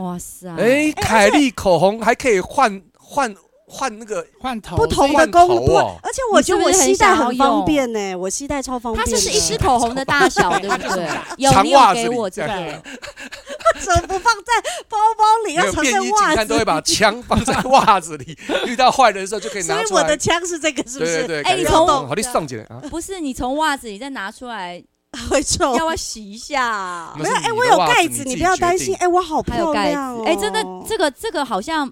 [SPEAKER 4] 哇塞，
[SPEAKER 5] 哎，凯莉口红还可以换换换那个，
[SPEAKER 6] 换头
[SPEAKER 1] 不同的
[SPEAKER 5] 换
[SPEAKER 1] 功
[SPEAKER 5] 头
[SPEAKER 1] 不，
[SPEAKER 5] 哦
[SPEAKER 1] 而且我觉得我
[SPEAKER 4] 你是不是
[SPEAKER 1] 吸
[SPEAKER 4] 很
[SPEAKER 1] 带
[SPEAKER 4] 想要
[SPEAKER 1] 很方
[SPEAKER 4] 用
[SPEAKER 1] 便呢，我吸带超方
[SPEAKER 4] 它
[SPEAKER 1] 便的，
[SPEAKER 4] 就是一支口红的大 小，对不对？有
[SPEAKER 5] 长
[SPEAKER 4] 你有
[SPEAKER 5] 袜子
[SPEAKER 4] 给
[SPEAKER 5] 里
[SPEAKER 4] 我
[SPEAKER 5] 这
[SPEAKER 4] 这个
[SPEAKER 5] 样，
[SPEAKER 1] 怎么不放在包包里，
[SPEAKER 5] 没
[SPEAKER 1] 要
[SPEAKER 5] 有
[SPEAKER 1] 藏
[SPEAKER 5] 便
[SPEAKER 1] 在
[SPEAKER 5] 衣警
[SPEAKER 1] 袜
[SPEAKER 5] 探
[SPEAKER 1] 子
[SPEAKER 5] 都会把枪放在 袜子里，遇到坏人的时候就可以
[SPEAKER 1] 所
[SPEAKER 5] 拿
[SPEAKER 1] 以
[SPEAKER 5] 出
[SPEAKER 1] 我
[SPEAKER 5] 来。
[SPEAKER 1] 的枪是这个，是不
[SPEAKER 5] 对对
[SPEAKER 1] 是？
[SPEAKER 5] 对，
[SPEAKER 4] 哎
[SPEAKER 5] 凯莉
[SPEAKER 4] 你
[SPEAKER 5] 口
[SPEAKER 1] 从
[SPEAKER 5] 红好，你上去了啊？
[SPEAKER 4] 不是你从袜子里再拿出来，
[SPEAKER 1] 会臭。
[SPEAKER 4] 要不要洗一下？
[SPEAKER 5] 那
[SPEAKER 1] 没有，
[SPEAKER 5] 是
[SPEAKER 1] 哎，
[SPEAKER 5] 你
[SPEAKER 1] 我
[SPEAKER 5] 的
[SPEAKER 1] 有
[SPEAKER 5] 袜子
[SPEAKER 1] 盖
[SPEAKER 5] 你
[SPEAKER 1] 子，
[SPEAKER 5] 自
[SPEAKER 1] 你
[SPEAKER 5] 己
[SPEAKER 1] 不要
[SPEAKER 5] 决
[SPEAKER 1] 担
[SPEAKER 5] 定
[SPEAKER 1] 心。哎，我好
[SPEAKER 4] 还有
[SPEAKER 1] 漂
[SPEAKER 4] 盖
[SPEAKER 1] 亮
[SPEAKER 4] 子
[SPEAKER 1] 哦！，
[SPEAKER 4] 哎，真的，这个这个好像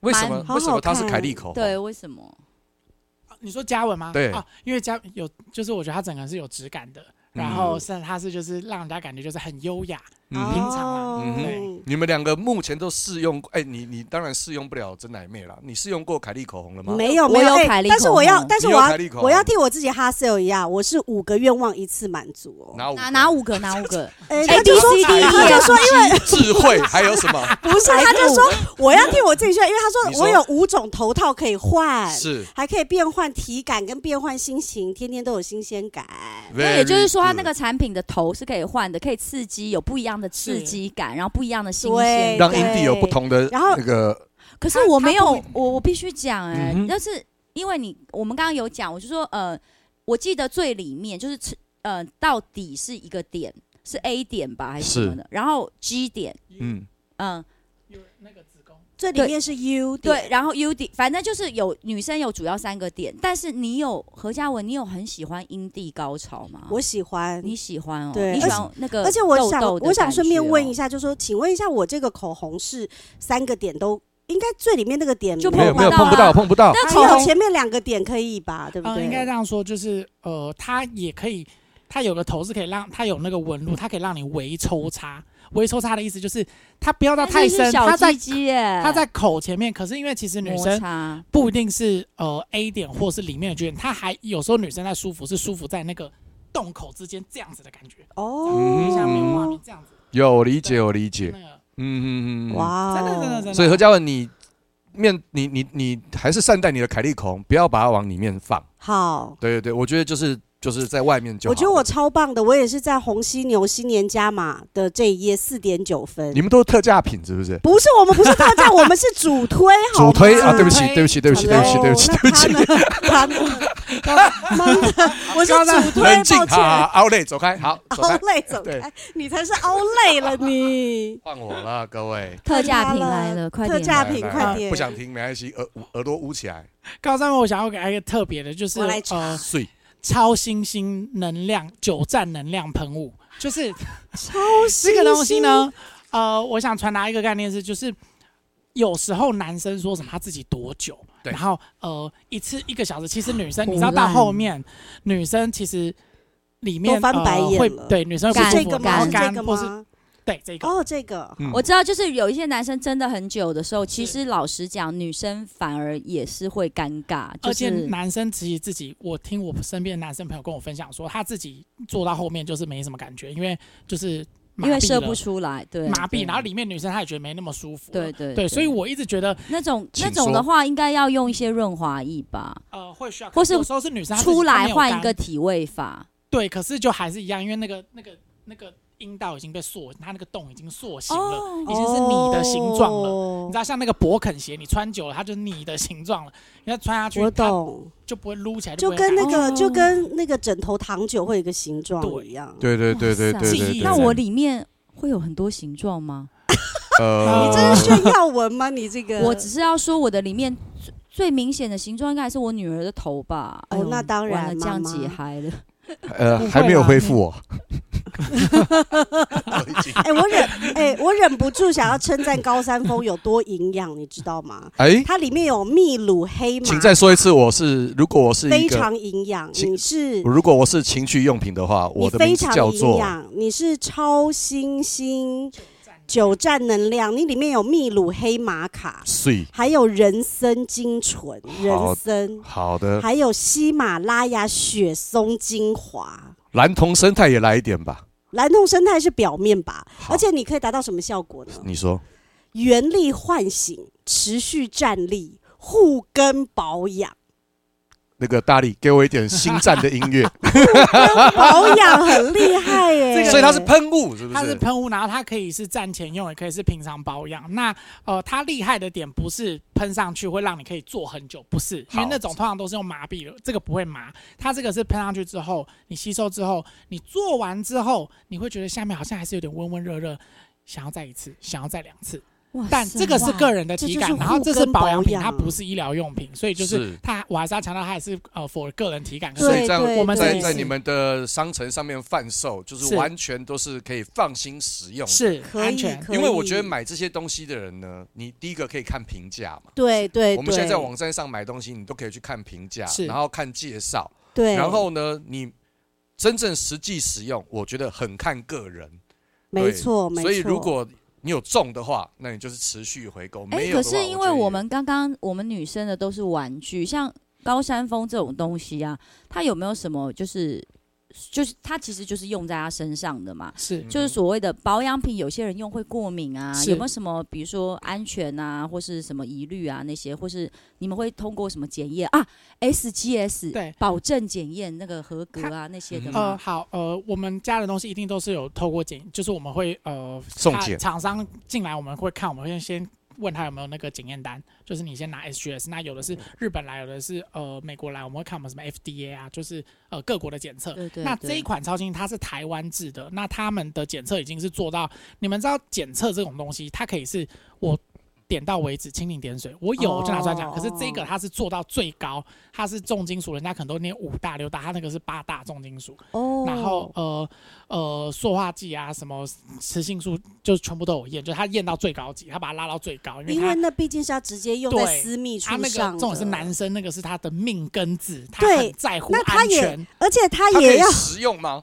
[SPEAKER 5] 为什么？
[SPEAKER 1] 蛮
[SPEAKER 5] 为什么它是
[SPEAKER 1] 好好看
[SPEAKER 5] 凯莉口红？
[SPEAKER 4] 对，为什么？
[SPEAKER 6] 你说嘉文吗？
[SPEAKER 5] 对
[SPEAKER 6] 啊，因为嘉有，就是我觉得它整个是有质感的，然后是它是就是让人家感觉就是很优雅，
[SPEAKER 5] 嗯
[SPEAKER 6] 平常啊
[SPEAKER 1] 哦
[SPEAKER 5] 嗯哼，你们两个目前都试用过，哎、你你当然试用不了真奶妹啦。你试用过凯莉口红了吗？
[SPEAKER 1] 没有
[SPEAKER 4] 我
[SPEAKER 1] 没
[SPEAKER 4] 有
[SPEAKER 1] 哎
[SPEAKER 4] 凯莉
[SPEAKER 1] 但是
[SPEAKER 4] 口
[SPEAKER 1] 我要，
[SPEAKER 4] 红
[SPEAKER 1] 但是
[SPEAKER 5] 你
[SPEAKER 1] 我
[SPEAKER 5] 有凯莉
[SPEAKER 1] 要
[SPEAKER 5] 口
[SPEAKER 1] 我要
[SPEAKER 5] 红
[SPEAKER 1] 替我自己哈 sale 一下，我是五个愿望一次满足哦。
[SPEAKER 5] 拿五
[SPEAKER 4] 哪哪五个？哪五个
[SPEAKER 1] 哎，
[SPEAKER 4] ？A
[SPEAKER 1] 他
[SPEAKER 4] B
[SPEAKER 1] 就说
[SPEAKER 4] C D
[SPEAKER 1] 他
[SPEAKER 4] E
[SPEAKER 1] 就
[SPEAKER 4] F
[SPEAKER 1] 说，因为
[SPEAKER 4] G
[SPEAKER 5] 智慧还有 什么？
[SPEAKER 1] 不是，他就说我要替我自己炫耀，因为他
[SPEAKER 5] 你
[SPEAKER 1] 说
[SPEAKER 5] 说
[SPEAKER 1] 我有五种头套可以换，
[SPEAKER 5] 是，
[SPEAKER 1] 还可以变换体感跟变换心情，天天都有新鲜感。
[SPEAKER 4] 那也就是说，它
[SPEAKER 5] Very
[SPEAKER 4] 那个产品的头是可以换的，可以刺激有不一样的刺
[SPEAKER 6] 是
[SPEAKER 4] 激感，然后不一样的新
[SPEAKER 1] 对
[SPEAKER 5] good
[SPEAKER 4] 鲜
[SPEAKER 5] 让
[SPEAKER 1] 对
[SPEAKER 4] 感。
[SPEAKER 5] 印地有不同的
[SPEAKER 1] 然后
[SPEAKER 5] 那个
[SPEAKER 4] 可是
[SPEAKER 1] 它
[SPEAKER 4] 我
[SPEAKER 1] 它
[SPEAKER 4] 没有
[SPEAKER 1] 不，
[SPEAKER 4] 我我必须讲哎、
[SPEAKER 5] 嗯哼
[SPEAKER 4] 但是因为你我们刚刚有讲，我就说呃，我记得最里面就是吃呃到底是一个点，
[SPEAKER 1] 嗯
[SPEAKER 4] 是 A 点吧还是什么
[SPEAKER 5] 是
[SPEAKER 4] 的，然后 G 点，
[SPEAKER 5] 嗯，
[SPEAKER 4] 嗯、
[SPEAKER 1] 最里
[SPEAKER 4] 对
[SPEAKER 1] 面是 U
[SPEAKER 4] 对，
[SPEAKER 1] 点，
[SPEAKER 4] 然后 U 点，反正就是有女生有主要三个点，但是你有何嘉文，你有很喜欢阴蒂高潮吗？
[SPEAKER 1] 我喜欢。
[SPEAKER 4] 你喜欢哦，
[SPEAKER 1] 对
[SPEAKER 4] 你喜欢那个
[SPEAKER 1] 而且我
[SPEAKER 4] 痘
[SPEAKER 1] 想，
[SPEAKER 4] 痘的
[SPEAKER 1] 我想
[SPEAKER 4] 感
[SPEAKER 1] 顺便
[SPEAKER 4] 觉
[SPEAKER 1] 问
[SPEAKER 4] 哦
[SPEAKER 1] 一下，就说，请问一下，我这个口红是三个点都应该最里面那个点
[SPEAKER 4] 就
[SPEAKER 5] 没
[SPEAKER 4] 碰
[SPEAKER 5] 有
[SPEAKER 4] 不
[SPEAKER 5] 没有
[SPEAKER 4] 到
[SPEAKER 5] 碰不到
[SPEAKER 4] 啊
[SPEAKER 5] 碰 不到，
[SPEAKER 4] 那
[SPEAKER 1] 还
[SPEAKER 4] 口
[SPEAKER 1] 有
[SPEAKER 4] 红
[SPEAKER 1] 前面两个点可以吧？对不
[SPEAKER 6] 嗯，
[SPEAKER 1] 对？
[SPEAKER 6] 应该这样说，就是呃，它也可以，它有个头是可以让它有那个纹路，它可以让你微抽插。微抽插的意思就是它不要到
[SPEAKER 4] 但
[SPEAKER 6] 太
[SPEAKER 4] 是是
[SPEAKER 6] 深，
[SPEAKER 4] 小
[SPEAKER 6] 它在
[SPEAKER 4] 鸡鸡耶，
[SPEAKER 6] 它在口前面。可是因为其实女
[SPEAKER 4] 摩
[SPEAKER 6] 生
[SPEAKER 4] 擦，
[SPEAKER 6] 不一定是呃 A 点或是里面的 G 点，它还有时候女生在舒服是舒服在那个洞口之间这样子的感觉，
[SPEAKER 1] 哦
[SPEAKER 5] 嗯，
[SPEAKER 6] 像棉花棉这样子
[SPEAKER 5] 有理解有理
[SPEAKER 6] 那
[SPEAKER 5] 解，
[SPEAKER 6] 个。
[SPEAKER 5] 嗯嗯嗯嗯，哇，
[SPEAKER 1] 哇
[SPEAKER 6] 真的真的
[SPEAKER 1] 哦
[SPEAKER 6] 真！的。
[SPEAKER 5] 所以何嘉文你。面你你你还是善待你的凯莉口红，不要把它往里面放。
[SPEAKER 1] 好，
[SPEAKER 5] 对对对，我觉得就是就是在外面就好
[SPEAKER 1] 我
[SPEAKER 5] 了。
[SPEAKER 1] 觉得我超棒的，我也是在红犀牛新年加码的这一页四点九分
[SPEAKER 5] 你。们都是特价品是不是？
[SPEAKER 1] 不是我们不是 特价，我们是主推，好吗
[SPEAKER 5] 主推啊，
[SPEAKER 6] 主
[SPEAKER 5] 对不起
[SPEAKER 6] 推
[SPEAKER 5] 对不起对不起对不起对不起对不起，
[SPEAKER 1] Hello，那他呢？他呢？妈的，我是主推，
[SPEAKER 5] 冷静，
[SPEAKER 1] 抱
[SPEAKER 5] 好
[SPEAKER 1] 歉。
[SPEAKER 5] 好好，Outlet 走开， 好走
[SPEAKER 1] 凹
[SPEAKER 5] 开，
[SPEAKER 1] 累走
[SPEAKER 5] 对
[SPEAKER 1] 开，你才是凹累了 你。
[SPEAKER 5] 换我了，各位。
[SPEAKER 4] 特价
[SPEAKER 1] 他
[SPEAKER 4] 品
[SPEAKER 1] 了
[SPEAKER 4] 来了，快
[SPEAKER 1] 特
[SPEAKER 4] 点
[SPEAKER 1] 价
[SPEAKER 4] 来
[SPEAKER 1] 大屏
[SPEAKER 5] 来来
[SPEAKER 1] 快
[SPEAKER 5] 来
[SPEAKER 1] 点
[SPEAKER 5] 不想听没关系，耳耳朵捂起来，
[SPEAKER 6] 高三我想要给大家一个特别的，就是
[SPEAKER 1] 我来查
[SPEAKER 6] 呃
[SPEAKER 5] 睡。
[SPEAKER 6] 超新星能量久战能量喷雾，就是
[SPEAKER 1] 超
[SPEAKER 6] 这
[SPEAKER 1] 新
[SPEAKER 6] 个东西呢，呃，我想传达一个概念是，就是有时候男生说什么他自己多久，
[SPEAKER 5] 对
[SPEAKER 6] 然后呃一次一个小时，其实女生
[SPEAKER 4] 胡
[SPEAKER 6] 你知道到
[SPEAKER 4] 乱
[SPEAKER 6] 后面，女生其实里面
[SPEAKER 1] 都翻白眼
[SPEAKER 6] 呃、会
[SPEAKER 1] 了
[SPEAKER 6] 对女生会
[SPEAKER 1] 是
[SPEAKER 6] 不舒
[SPEAKER 1] 这
[SPEAKER 6] 服
[SPEAKER 1] 个吗？
[SPEAKER 6] 然后
[SPEAKER 1] 是
[SPEAKER 6] 干
[SPEAKER 1] 这个
[SPEAKER 6] 或是
[SPEAKER 1] 吗？
[SPEAKER 6] 对这个。
[SPEAKER 1] 哦，这个
[SPEAKER 5] 嗯
[SPEAKER 4] 我知道，就是有一些男生真的很久的时候，其实老实讲，女生反而也是会尴尬，就
[SPEAKER 6] 而且
[SPEAKER 4] 是
[SPEAKER 6] 男生其实自己，我听我身边的男生朋友跟我分享说，他自己做到后面就是没什么感觉，因为就是麻
[SPEAKER 4] 因为
[SPEAKER 6] 痹
[SPEAKER 4] 射
[SPEAKER 6] 了
[SPEAKER 4] 不出来，对，
[SPEAKER 6] 麻
[SPEAKER 4] 对
[SPEAKER 6] 痹，然后里面女生她也觉得没那么舒服了。
[SPEAKER 4] 对对
[SPEAKER 6] 对，所以我一直觉得，
[SPEAKER 4] 那种
[SPEAKER 5] 请
[SPEAKER 4] 那种的话，应该要用一些润滑液吧，
[SPEAKER 6] 呃，会需要，
[SPEAKER 4] 或是
[SPEAKER 6] 有时候是女生她自己
[SPEAKER 4] 出
[SPEAKER 6] 她
[SPEAKER 4] 来
[SPEAKER 6] 没有
[SPEAKER 4] 换
[SPEAKER 6] 干
[SPEAKER 4] 一个体位法。
[SPEAKER 6] 对，可是就还是一样，因为那个那个那个阴道已经被塑，它那个洞已经塑形了，
[SPEAKER 4] 哦
[SPEAKER 6] 已经是你的形状了。你
[SPEAKER 1] 哦
[SPEAKER 6] 知道，像那个勃肯鞋，你穿久了，它就是你的形状了。你要穿下去，
[SPEAKER 1] 我，懂，
[SPEAKER 6] 就不会撸起来，
[SPEAKER 1] 就
[SPEAKER 6] 不会
[SPEAKER 1] 跟那
[SPEAKER 6] 打
[SPEAKER 1] 个
[SPEAKER 4] 哦
[SPEAKER 1] 就跟那个枕头糖酒会有一个形状
[SPEAKER 6] 对
[SPEAKER 1] 一样。
[SPEAKER 5] 对对对对
[SPEAKER 4] 哇
[SPEAKER 5] 对
[SPEAKER 4] 塞
[SPEAKER 5] 对对。
[SPEAKER 4] 那我里面会有很多形状吗？
[SPEAKER 5] 呃，
[SPEAKER 1] 你这是炫耀文吗？你这个
[SPEAKER 4] 我只是要说，我的里面最最明显的形状应该还是我女儿的头吧。
[SPEAKER 1] 哦
[SPEAKER 4] 哎呦
[SPEAKER 1] 那当然
[SPEAKER 4] 完了这样
[SPEAKER 1] 妈妈
[SPEAKER 4] 解嗨了。
[SPEAKER 5] 呃
[SPEAKER 6] 不会
[SPEAKER 5] 还没有
[SPEAKER 6] 啦
[SPEAKER 5] 恢复哦我。我已经
[SPEAKER 1] 哎、我忍哎、我忍不住想要称赞高山峰有多营养，你知道吗？
[SPEAKER 5] 哎，
[SPEAKER 1] 它里面有秘鲁黑马，
[SPEAKER 5] 请再说一次，我是如果我是一
[SPEAKER 1] 非
[SPEAKER 5] 个，
[SPEAKER 1] 常营养。
[SPEAKER 5] 请
[SPEAKER 1] 你是
[SPEAKER 5] 如果我是情趣用品的话，
[SPEAKER 1] 你
[SPEAKER 5] 我的名
[SPEAKER 1] 非
[SPEAKER 5] 字
[SPEAKER 1] 常
[SPEAKER 5] 叫
[SPEAKER 1] 营
[SPEAKER 5] 做
[SPEAKER 1] 养，你是超新星久战能量，你里面有秘鲁黑玛卡，
[SPEAKER 5] 睡。
[SPEAKER 1] 还有人参精纯，人
[SPEAKER 5] 好
[SPEAKER 1] 参，
[SPEAKER 5] 好的，
[SPEAKER 1] 还有喜马拉雅雪松精华。
[SPEAKER 5] 蓝铜生态也来一点吧。
[SPEAKER 1] 蓝洞生态是表面吧，
[SPEAKER 5] 好
[SPEAKER 1] 而且你可以达到什么效果呢？
[SPEAKER 5] 你说
[SPEAKER 1] 原力唤醒，持续站立，护根保养。
[SPEAKER 5] 那个大力给我一点星战的音乐，
[SPEAKER 1] 保养很厉害耶、
[SPEAKER 6] 这个
[SPEAKER 5] 所以它是喷雾，是不
[SPEAKER 6] 它是
[SPEAKER 5] 是？
[SPEAKER 6] 喷雾，然后它可以是战前用，也可以是平常保养。那呃，它厉害的点不是喷上去会让你可以坐很久，不是，因为
[SPEAKER 5] 好
[SPEAKER 6] 那种通常都是用麻痹的，这个不会麻。它这个是喷上去之后，你吸收之后，你做完之后，你会觉得下面好像还是有点温温热热，想要再一次，想要再两次。
[SPEAKER 4] 哇
[SPEAKER 6] 但这个是个人的体感，
[SPEAKER 1] 这就是
[SPEAKER 6] 然后这是保养品，
[SPEAKER 1] 护根保养
[SPEAKER 6] 它不是医疗用品，所以就是
[SPEAKER 5] 是
[SPEAKER 6] 它，我还是要强调它还是呃 for 个人体感跟
[SPEAKER 1] 对
[SPEAKER 5] 所以这样
[SPEAKER 1] 对
[SPEAKER 6] 我们
[SPEAKER 5] 在
[SPEAKER 6] 对
[SPEAKER 5] 在
[SPEAKER 6] 是
[SPEAKER 5] 你们的商城上面贩售，就是
[SPEAKER 6] 是
[SPEAKER 5] 完全都是可以放心使用。，
[SPEAKER 6] 是
[SPEAKER 1] 可
[SPEAKER 6] 安
[SPEAKER 1] 以，
[SPEAKER 6] 全。
[SPEAKER 1] 可以
[SPEAKER 5] 因为我觉得买这些东西的人呢，你第一个可以看评价嘛。
[SPEAKER 1] 对对，
[SPEAKER 5] 我们现在
[SPEAKER 1] 哎对
[SPEAKER 5] 在网站上买东西，你都可以去看评价，
[SPEAKER 6] 是
[SPEAKER 5] 然后看介绍，
[SPEAKER 1] 对，
[SPEAKER 5] 然后呢，你真正实际使用，我觉得很看个人。
[SPEAKER 1] 没
[SPEAKER 5] 对
[SPEAKER 1] 错哦没错，
[SPEAKER 5] 所以如果你有中的话，那你就是持续回购；
[SPEAKER 4] 哎、
[SPEAKER 5] 没有
[SPEAKER 4] 可
[SPEAKER 5] 的话，
[SPEAKER 4] 是因
[SPEAKER 5] 觉
[SPEAKER 4] 为
[SPEAKER 5] 得也
[SPEAKER 4] 我们刚刚我们女生的都是玩具，像高山峰这种东西啊，它有没有什么就是就是它其实就是用在她身上的
[SPEAKER 5] 嗯
[SPEAKER 4] 嘛？
[SPEAKER 6] 是
[SPEAKER 4] 就是所谓的保养品，有些人用会过敏啊，
[SPEAKER 6] 是
[SPEAKER 4] 有没有什么比如说安全啊，或是什么疑虑啊那些，或是你们会通过什么检验啊？SGS
[SPEAKER 6] 对
[SPEAKER 4] 保证检验那个合格啊那些的
[SPEAKER 6] 呃，
[SPEAKER 4] 吗？
[SPEAKER 6] 好，呃，我们家的东西一定都是有透过检，就是我们会呃
[SPEAKER 5] 送
[SPEAKER 6] 他
[SPEAKER 5] 检
[SPEAKER 6] 厂商进来，我们会看，我们会先问他有没有那个检验单，就是你先拿 SGS，那有的是日本来，有的是呃美国来，我们会看我们什么 FDA 啊，就是呃各国的检测。
[SPEAKER 4] 对对
[SPEAKER 6] 那这一
[SPEAKER 4] 对
[SPEAKER 6] 款超轻它是台湾制的，那他们的检测已经是做到，你们知道检测这种东西，它可以是我点到为止，蜻蜓点水，我有我就拿出来讲。
[SPEAKER 1] 嗯哦
[SPEAKER 6] 可是这个它是做到最高，它是重金属，人家可能都念五大六大，它那个是八大重金属。
[SPEAKER 1] 哦，
[SPEAKER 6] 然后呃呃，塑化剂啊，什么雌性素，就是全部都有验，就是它验到最高级，它把它拉到最高，因为
[SPEAKER 1] 因
[SPEAKER 6] 它
[SPEAKER 1] 为那毕竟是要直接用在
[SPEAKER 6] 对
[SPEAKER 1] 私密处
[SPEAKER 6] 它那个
[SPEAKER 1] 上，
[SPEAKER 6] 这种是，男生，那个是他的命根子，他
[SPEAKER 1] 对
[SPEAKER 6] 很在乎
[SPEAKER 1] 那他
[SPEAKER 6] 安
[SPEAKER 1] 也
[SPEAKER 6] 全，
[SPEAKER 1] 而且他
[SPEAKER 5] 它可
[SPEAKER 1] 也
[SPEAKER 5] 以
[SPEAKER 1] 要
[SPEAKER 5] 食用吗？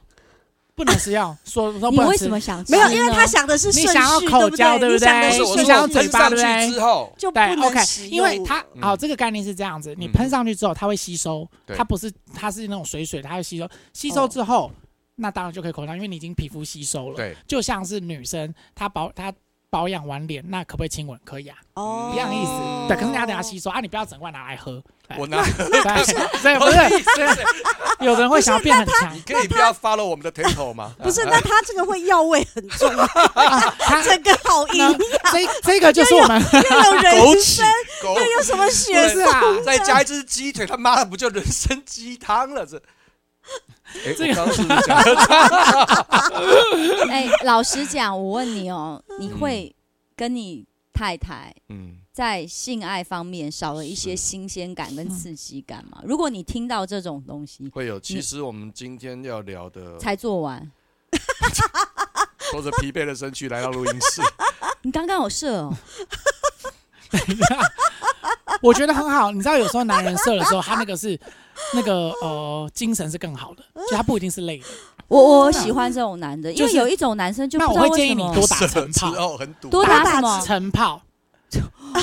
[SPEAKER 6] 不能吃药，说说
[SPEAKER 4] 你
[SPEAKER 6] 不能
[SPEAKER 4] 为
[SPEAKER 6] 吃
[SPEAKER 4] 什么想吃
[SPEAKER 1] 没
[SPEAKER 4] 呢？
[SPEAKER 1] 有，
[SPEAKER 5] 啊
[SPEAKER 1] 因为他想的是
[SPEAKER 6] 你
[SPEAKER 1] 顺序，
[SPEAKER 6] 想要口交
[SPEAKER 1] 对你想的
[SPEAKER 6] 对不对
[SPEAKER 5] 不是
[SPEAKER 1] 哎是
[SPEAKER 5] 我
[SPEAKER 1] 顺
[SPEAKER 6] 就
[SPEAKER 1] 序
[SPEAKER 6] 像要
[SPEAKER 5] 说喷
[SPEAKER 6] 嘴巴
[SPEAKER 5] 上
[SPEAKER 6] 对不对
[SPEAKER 5] 去之后，
[SPEAKER 1] 就不
[SPEAKER 6] 对
[SPEAKER 1] 能
[SPEAKER 6] ，OK，
[SPEAKER 1] 使
[SPEAKER 6] 因为
[SPEAKER 1] 用
[SPEAKER 6] 它
[SPEAKER 5] 嗯
[SPEAKER 6] 好，这个概念是这样子，你
[SPEAKER 5] 嗯
[SPEAKER 6] 喷上去之后，它会吸收，
[SPEAKER 5] 对
[SPEAKER 6] 它不是它是那种水水的，它会吸收，吸
[SPEAKER 1] 哦
[SPEAKER 6] 收之后，那当然就可以口腔，因为你已经皮肤吸收了。
[SPEAKER 5] 对，
[SPEAKER 6] 就像是女生她保她保养完脸，那可不可以亲吻？可以啊，
[SPEAKER 1] 哦
[SPEAKER 6] 一样意思。对，可是你要等它吸收啊，你不要整罐拿 来喝。对
[SPEAKER 5] 我拿。
[SPEAKER 6] 对，所以不
[SPEAKER 5] 我的意
[SPEAKER 6] 是
[SPEAKER 5] 思是，
[SPEAKER 6] 有人会想要变很强
[SPEAKER 5] 你，可以不要 follow 我们的 tempo 吗？
[SPEAKER 1] 不是，那他这个会药味很重，
[SPEAKER 6] 啊它
[SPEAKER 1] 这个好营养，
[SPEAKER 6] 这这个就是我们
[SPEAKER 1] 又有
[SPEAKER 5] 枸
[SPEAKER 1] 人
[SPEAKER 5] 杞
[SPEAKER 1] 参，，
[SPEAKER 5] 枸
[SPEAKER 1] 又 有什么雪
[SPEAKER 5] 不
[SPEAKER 6] 是
[SPEAKER 1] 松
[SPEAKER 6] 啊，
[SPEAKER 5] 再加一只鸡腿，他妈的不就人参鸡汤 了？这，哎，
[SPEAKER 6] 这
[SPEAKER 5] 我
[SPEAKER 6] 个
[SPEAKER 5] 刚刚是不是讲 了？
[SPEAKER 4] 哎、老实讲，我问你哦，你会跟你太太
[SPEAKER 5] 嗯，
[SPEAKER 4] 在性爱方面少了一些
[SPEAKER 5] 是
[SPEAKER 4] 新鲜感跟刺激感
[SPEAKER 6] 嗯
[SPEAKER 4] 吗？如果你听到这种东西
[SPEAKER 5] 会有。其实我们今天要聊
[SPEAKER 6] 呃
[SPEAKER 5] 的，
[SPEAKER 4] 嗯才做完，
[SPEAKER 5] 拖着疲惫的身躯来到录音室，
[SPEAKER 4] 你刚刚有射 哦，
[SPEAKER 6] 我觉得很好。你知道，有时候男人射的时候，他那个是那个呃精神是更好的，就他不一定是累的。
[SPEAKER 4] 我我喜欢这种男的，因
[SPEAKER 6] 就
[SPEAKER 4] 为
[SPEAKER 6] 是
[SPEAKER 4] 有一种男生就
[SPEAKER 6] 那
[SPEAKER 4] 不
[SPEAKER 6] 我
[SPEAKER 4] 知道
[SPEAKER 6] 会
[SPEAKER 4] 为
[SPEAKER 6] 建
[SPEAKER 4] 什
[SPEAKER 6] 议你
[SPEAKER 4] 么
[SPEAKER 6] 多打
[SPEAKER 5] 射
[SPEAKER 6] 晨
[SPEAKER 5] 之
[SPEAKER 6] 跑，
[SPEAKER 5] 后很堵。
[SPEAKER 4] 多打什
[SPEAKER 1] 打
[SPEAKER 4] 么，
[SPEAKER 6] 晨跑。